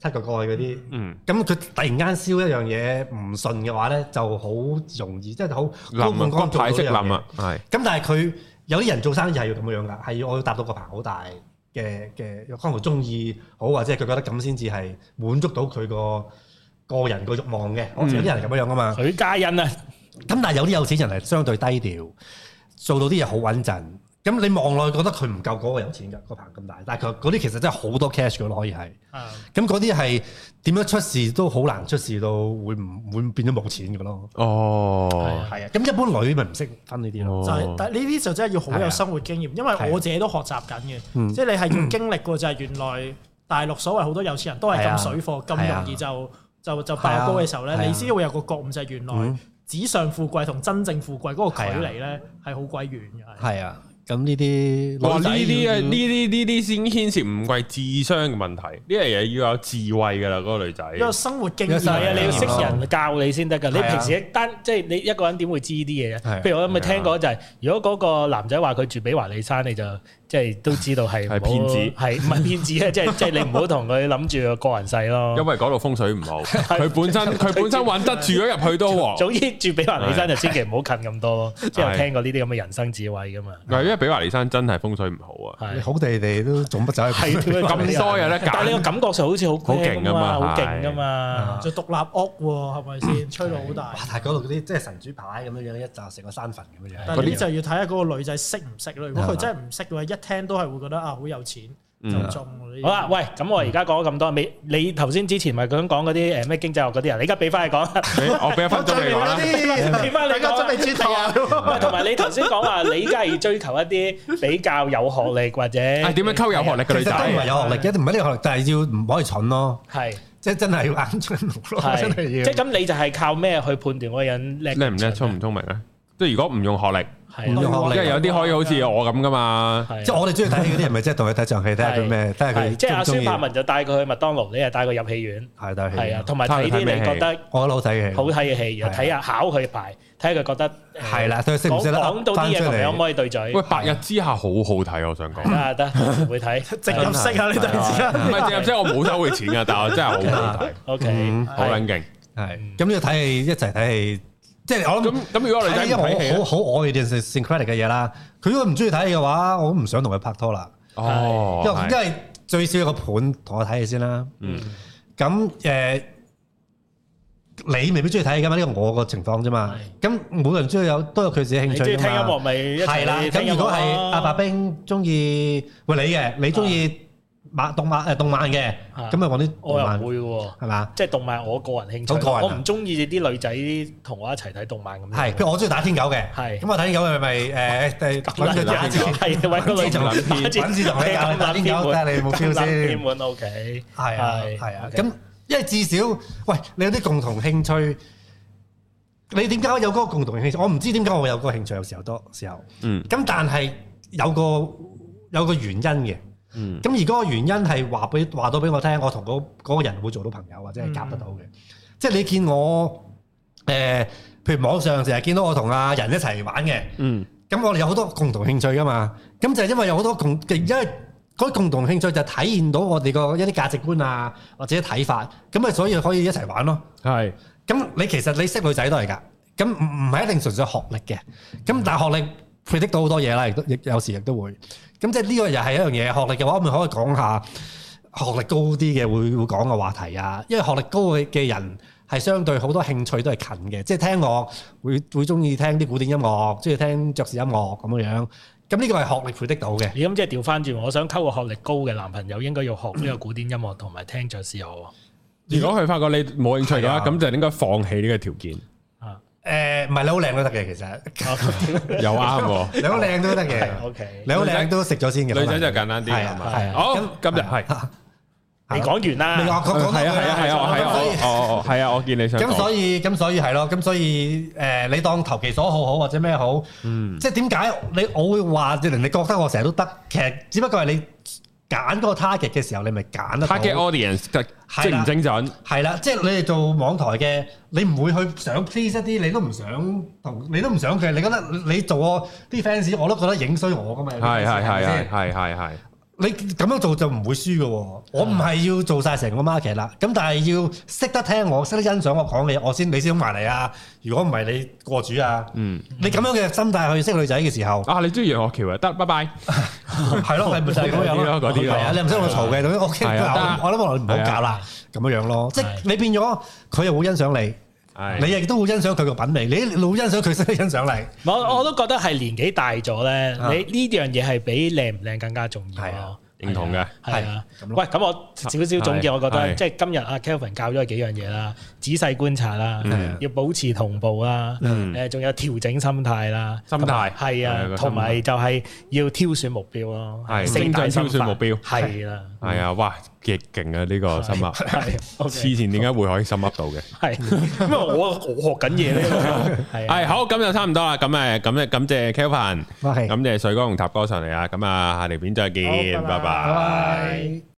Speaker 2: 七個蓋嗰啲。
Speaker 1: 嗯，
Speaker 2: 咁佢突然間燒一樣嘢唔順嘅話咧，就好容易即係好高
Speaker 1: 冧啊，
Speaker 2: 槓桿
Speaker 1: 骨
Speaker 2: 做到
Speaker 1: 牌
Speaker 2: 呢
Speaker 1: 式
Speaker 2: 樣
Speaker 1: 冧
Speaker 2: 嘢。
Speaker 1: 啊，係
Speaker 2: 咁但係佢有啲人做生意係要咁樣㗎，係要我要達到個棚好大嘅嘅，可能中意好或者佢覺得咁先至係滿足到佢個個人個慾望嘅。
Speaker 1: 嗯
Speaker 2: 我有啲人係咁樣㗎嘛。
Speaker 3: 許家印啊，
Speaker 2: 咁但係有啲有錢人係相對低調，做到啲嘢好穩陣。咁你望落去覺得佢唔夠嗰個有錢㗎，個棚咁大，但係佢嗰啲其實真係好多 cash 㗎咯，可以係。
Speaker 4: 啊
Speaker 2: 咁嗰啲係點樣出事都好難出事到會唔會變咗冇錢㗎咯。
Speaker 1: 哦，
Speaker 2: 係啊，咁一般女咪唔識分呢啲咯。
Speaker 1: 哦
Speaker 4: 就係，但係呢啲就真係要好
Speaker 2: 係啊
Speaker 4: 有生活經驗，因
Speaker 2: 係啊
Speaker 4: 為我自己都學習緊嘅，
Speaker 2: 嗯
Speaker 4: 即係你係要經歷過就係原來大陸所謂好多有錢人都係
Speaker 2: 係啊
Speaker 4: 咁水貨，咁
Speaker 2: 係啊
Speaker 4: 容易就就就爆高嘅時候
Speaker 2: 係啊
Speaker 4: 咧，你先會有個覺悟就係原來
Speaker 2: 嗯啊
Speaker 4: 紙上富貴同真正富貴嗰個距離咧係好鬼遠嘅。係
Speaker 2: 係啊，咁呢啲
Speaker 1: 哇！呢
Speaker 2: 女仔
Speaker 1: 啲
Speaker 2: 要
Speaker 1: 啊，呢啲呢啲先牽涉唔貴智商嘅問題，呢樣嘢要有智慧噶啦，嗰個女仔，
Speaker 4: 因為生活經
Speaker 2: 因為
Speaker 4: 驗
Speaker 2: 生活
Speaker 3: 係啊，
Speaker 2: 經
Speaker 3: 你
Speaker 2: 驗
Speaker 3: 要識人教你先得㗎。你
Speaker 2: 係啊
Speaker 3: 平時一單即係你一個人點會知啲嘢
Speaker 2: 係啊
Speaker 3: 啊？譬如我有
Speaker 1: 係啊
Speaker 3: 冇聽過就係，如果嗰個男仔話佢住比華利山，你就即係都知道係
Speaker 1: 係
Speaker 3: 唔好
Speaker 1: 騙子
Speaker 3: 係唔係騙子啊？即係即係你唔好同佢諗住個人 世咯。
Speaker 2: 哦
Speaker 1: 因為嗰度風水唔 好，佢本身佢本身揾得住咗入去都喎。
Speaker 3: 總之住比環里山就千祈唔好近咁多咯，即係我
Speaker 1: 係
Speaker 3: 聽過呢啲咁嘅人生智慧噶嘛。
Speaker 1: 係因為比華利山真係風水唔好啊，
Speaker 3: 係
Speaker 2: 好地地都總不走去
Speaker 3: 係
Speaker 1: 咁多嘢咧
Speaker 3: 但係你個
Speaker 1: 揀，
Speaker 3: 感覺上好似好啊
Speaker 1: 好勁㗎嘛
Speaker 3: 好勁噶
Speaker 1: 係啊
Speaker 3: 嘛。
Speaker 4: 就獨立屋喎，係咪先？吹到好 大
Speaker 2: 哇！。嗯但係啊嗰度嗰啲即係神主牌咁樣樣，一扎成個山墳咁樣 樣。
Speaker 4: 但係呢就要睇下嗰個女仔識唔識咯。如
Speaker 2: 啊
Speaker 4: 果佢真係唔識嘅話，一聽都係會覺得啊好有錢就
Speaker 2: 嗯
Speaker 4: 中喎。呢啲
Speaker 3: 好啦，喂，咁我而家講咗咁多，你你頭先之前咪咁講嗰啲誒咩經濟學嗰啲啊人，你而家俾翻你講啦。
Speaker 1: 你我俾一分 鐘你講啦。
Speaker 2: 大家準
Speaker 3: 俾翻你講啦
Speaker 2: 備。主題啊！
Speaker 3: 喂，同埋你頭先講 話，你而家係追求一啲比較有學歷或者
Speaker 1: 啊，點樣溝有學歷嘅女
Speaker 2: 其實都唔係
Speaker 1: 仔？
Speaker 2: 有學歷嘅，唔係呢個學歷，但係要唔可以蠢咯，
Speaker 3: 係
Speaker 2: 即係真 係要硬準咯，真係
Speaker 3: 係，即
Speaker 2: 要
Speaker 3: 係。咁你就係靠咩去判斷嗰個人叻
Speaker 1: 叻唔叻，聰唔聰明咧？即係如果唔用學歷，
Speaker 3: 係
Speaker 2: 唔用
Speaker 3: 啊
Speaker 2: 學歷
Speaker 1: 因為有啲可以好似我咁噶嘛。
Speaker 3: 係啊
Speaker 2: 即係我哋中意睇戲嗰啲人，咪即係同佢睇場戲，睇下佢咩，睇下
Speaker 3: 係
Speaker 2: 佢
Speaker 3: 即係阿
Speaker 2: 中唔中
Speaker 3: 孫柏
Speaker 2: 意。
Speaker 3: 文就帶佢去麥當勞，你又帶佢入戲院，
Speaker 2: 係但
Speaker 3: 係啊，
Speaker 2: 係，
Speaker 3: 同埋睇啲
Speaker 1: 睇咩
Speaker 3: 你
Speaker 1: 戲
Speaker 3: 覺得
Speaker 2: 我覺得好睇嘅戲。
Speaker 3: 好睇嘅戲，然後睇下考佢牌，睇下佢覺得
Speaker 2: 啊係啦，睇佢識唔識得
Speaker 3: 講講到
Speaker 2: 翻
Speaker 3: 啲嘢
Speaker 2: 出
Speaker 3: 同你可唔
Speaker 2: 嚟。
Speaker 3: 可以對嘴？
Speaker 1: 喂，白日之下好好睇，我想講。
Speaker 3: 得啊得，會睇
Speaker 4: 植入式啊！你突然之間
Speaker 1: 唔係正即係我冇收佢錢啊噶，但係我真係好好睇，
Speaker 3: OK，
Speaker 2: 嗯
Speaker 1: 好
Speaker 3: 係
Speaker 1: 撚勁。
Speaker 3: 嗯
Speaker 2: 係咁要睇戲，一齊睇戲，即係我諗
Speaker 1: 咁。咁如果女仔唔
Speaker 2: 睇
Speaker 1: 睇
Speaker 3: 啊
Speaker 1: 戲
Speaker 2: 啲好
Speaker 1: 呢
Speaker 2: 好好我哋 syncretic 嘅嘢啦。佢如果唔中意睇戲嘅話，我唔想同佢拍拖啦。
Speaker 1: 哦，
Speaker 2: 因為因
Speaker 1: 係
Speaker 2: 為最少有個伴同我睇戲先啦。
Speaker 1: 嗯
Speaker 2: 咁誒、呃你未必中意睇戲噶嘛？呢個我個情況啫嘛。咁每個人中意有都有佢自己興
Speaker 3: 你
Speaker 2: 趣
Speaker 3: 中
Speaker 2: 㗎
Speaker 3: 意聽音樂
Speaker 2: 嘛。
Speaker 3: 咪一
Speaker 2: 係啦，
Speaker 3: 齊聽
Speaker 2: 咁
Speaker 3: 音樂哦
Speaker 2: 如果係
Speaker 3: 咯
Speaker 2: 阿白冰中意，喂你嘅，你中意漫動漫誒呃動漫嘅，
Speaker 3: 啊
Speaker 2: 咁咪揾啲動
Speaker 3: 我又
Speaker 2: 漫
Speaker 3: 唔會喎。
Speaker 2: 係嘛？
Speaker 3: 即係動漫，我個人興
Speaker 2: 好
Speaker 3: 趣，
Speaker 2: 個人啊
Speaker 3: 我唔中意啲女仔同我一齊睇動漫咁樣。
Speaker 2: 係，譬如我中意打天狗嘅，
Speaker 3: 係
Speaker 2: 咁我打天狗咪咪誒誒 揾佢打天狗。
Speaker 3: 係揾個女
Speaker 2: 揾
Speaker 1: 字同
Speaker 3: 打字
Speaker 2: 揾字同 你搞打天狗，睇下你有冇 feel 先
Speaker 3: 偏。門 OK，
Speaker 2: 係啊，係啊，
Speaker 3: OK
Speaker 2: 咁因為至少，喂，你有啲共同興趣，你點解有嗰個共同興趣？我唔知點解我有個興趣，有時候多時候，
Speaker 1: 嗯
Speaker 2: 咁但係有個有個原因嘅。
Speaker 1: 嗯
Speaker 2: 咁而嗰個原因係話俾話到俾我聽，我同嗰嗰個人會做到朋友或者係夾得到嘅。即係你見我誒、呃譬如網上成日見到我同阿人一齊玩嘅，
Speaker 1: 嗯
Speaker 2: 咁我哋有好多共同興趣噶嘛，咁就係因為有好多共，因為嗰共同興趣就體現到我哋個一啲價值觀啊，或者睇法，咁啊所以可以一齊玩咯。
Speaker 1: 係
Speaker 2: 咁你其實你識女仔都係㗎，咁唔唔係一定純粹學歷嘅，咁但係學歷 predict 到好多嘢啦，亦都亦有時亦都會，咁即係呢個又係一樣嘢。學歷嘅話，我咪可以講下學歷高啲嘅會會講嘅話題啊，因為學歷高嘅嘅人係相對好多興趣都係近嘅，即係聽樂會會中意聽啲古典音樂，中意聽爵士音樂咁樣樣，咁呢個係學歷 predict 到嘅。
Speaker 3: 你咁即係調翻轉，我想溝個學歷高嘅男朋友，應該要學呢個古典音樂同埋聽爵士樂喎。
Speaker 1: 如果佢發覺你冇興趣嘅
Speaker 2: 係
Speaker 1: 話，
Speaker 2: 啊
Speaker 1: 咁就應該放棄呢個條件，
Speaker 3: 啊
Speaker 2: 誒唔係你好靚都 得嘅，其實
Speaker 1: 又啱喎。
Speaker 2: 你好靚都得嘅，
Speaker 3: ，OK，
Speaker 2: 你好靚都食咗先嘅。
Speaker 1: 女仔就簡單啲
Speaker 2: 係
Speaker 1: 係
Speaker 2: 啊
Speaker 1: 嘛
Speaker 2: 係？啊
Speaker 1: 好
Speaker 2: 咁，
Speaker 1: 今日係
Speaker 3: 你講完
Speaker 2: 未
Speaker 3: 啦，
Speaker 2: 我講講
Speaker 1: 係啊
Speaker 2: 到
Speaker 1: 係啊係啊係啊，我哦哦係啊，我見你想
Speaker 2: 咁所
Speaker 1: 以
Speaker 2: 以咁所以係咯，咁所以誒、呃你當投其所好好或者咩好，
Speaker 1: 嗯
Speaker 2: 即係點解你我會話人哋覺得我成日都得，其實只不過係你揀嗰個 target 嘅時候，你咪揀得到
Speaker 1: target audience 就
Speaker 2: 係
Speaker 1: 精唔
Speaker 2: 啦
Speaker 1: 精準？
Speaker 2: 係啦，即係你哋做網台嘅，你唔會去想 please 一啲，你都唔想同，你都唔想佢，你覺得你做我啲 fans，我都覺得影衰我噶嘛，有啲
Speaker 1: 係係
Speaker 2: fans，咪
Speaker 1: 係
Speaker 2: 先
Speaker 1: 係係係係。
Speaker 2: 你咁樣做就唔會輸嘅喎，我唔係要做晒成個 market 啦，咁但係要識得聽我，識得欣賞我講嘅嘢，我先你先埋嚟啊！如果唔係你過主啊，
Speaker 1: 嗯，
Speaker 2: 你咁樣嘅心態去識女仔嘅 時候，
Speaker 1: 啊，你中意楊岳橋啊？得，拜拜。
Speaker 2: 係咯，係咪就係咁
Speaker 1: 嗰
Speaker 2: 樣
Speaker 1: 啲咯嗰啲咯
Speaker 2: 係啊，你唔使同我嘈嘅，咁 OK，
Speaker 1: 係啊
Speaker 2: 我我諗我哋唔好搞啦，咁樣樣咯，即係你變咗佢又會欣賞你，
Speaker 1: 係
Speaker 2: 你亦都會欣賞佢個品味，你你會欣賞佢，識得欣賞你，
Speaker 3: 我我都覺得係年紀大咗咧，
Speaker 2: 啊
Speaker 3: 你呢樣嘢係比靚唔靚更加重要
Speaker 2: 係
Speaker 3: 咯
Speaker 2: 啊。
Speaker 1: 認同嘅。
Speaker 3: 係啊，
Speaker 2: 係咁咯
Speaker 3: 喂，咁我少少總結，
Speaker 1: 係
Speaker 3: 我覺得
Speaker 1: 係
Speaker 3: 即係今日阿 Kelvin 教咗幾樣嘢啦，仔細觀察啦
Speaker 2: 嗯，
Speaker 3: 要保持同步啦，
Speaker 1: 嗯
Speaker 3: 誒，仲有調整心態啦，
Speaker 1: 心態
Speaker 3: 同埋係
Speaker 1: 係個
Speaker 3: 啊，
Speaker 1: 心態
Speaker 3: 同埋就係要挑選目標咯，
Speaker 1: 係
Speaker 3: 四大心法
Speaker 1: 精準挑選目標
Speaker 3: 係啦，
Speaker 2: 嗯
Speaker 1: 係啊，哇，極勁啊！呢個心 噏，
Speaker 3: 係
Speaker 1: 黐
Speaker 3: OK，
Speaker 1: 線點解會可以心噏到嘅？
Speaker 3: 係，因為我我學緊嘢呢個係啊
Speaker 1: 係好，咁就差唔多啦。咁誒，咁咧，感謝 Kelvin，
Speaker 2: 係
Speaker 1: 感謝水哥同塔哥上嚟啊。咁啊，下條片再見，
Speaker 4: 好
Speaker 1: 拜
Speaker 4: 拜拜
Speaker 1: 拜。
Speaker 2: 拜拜。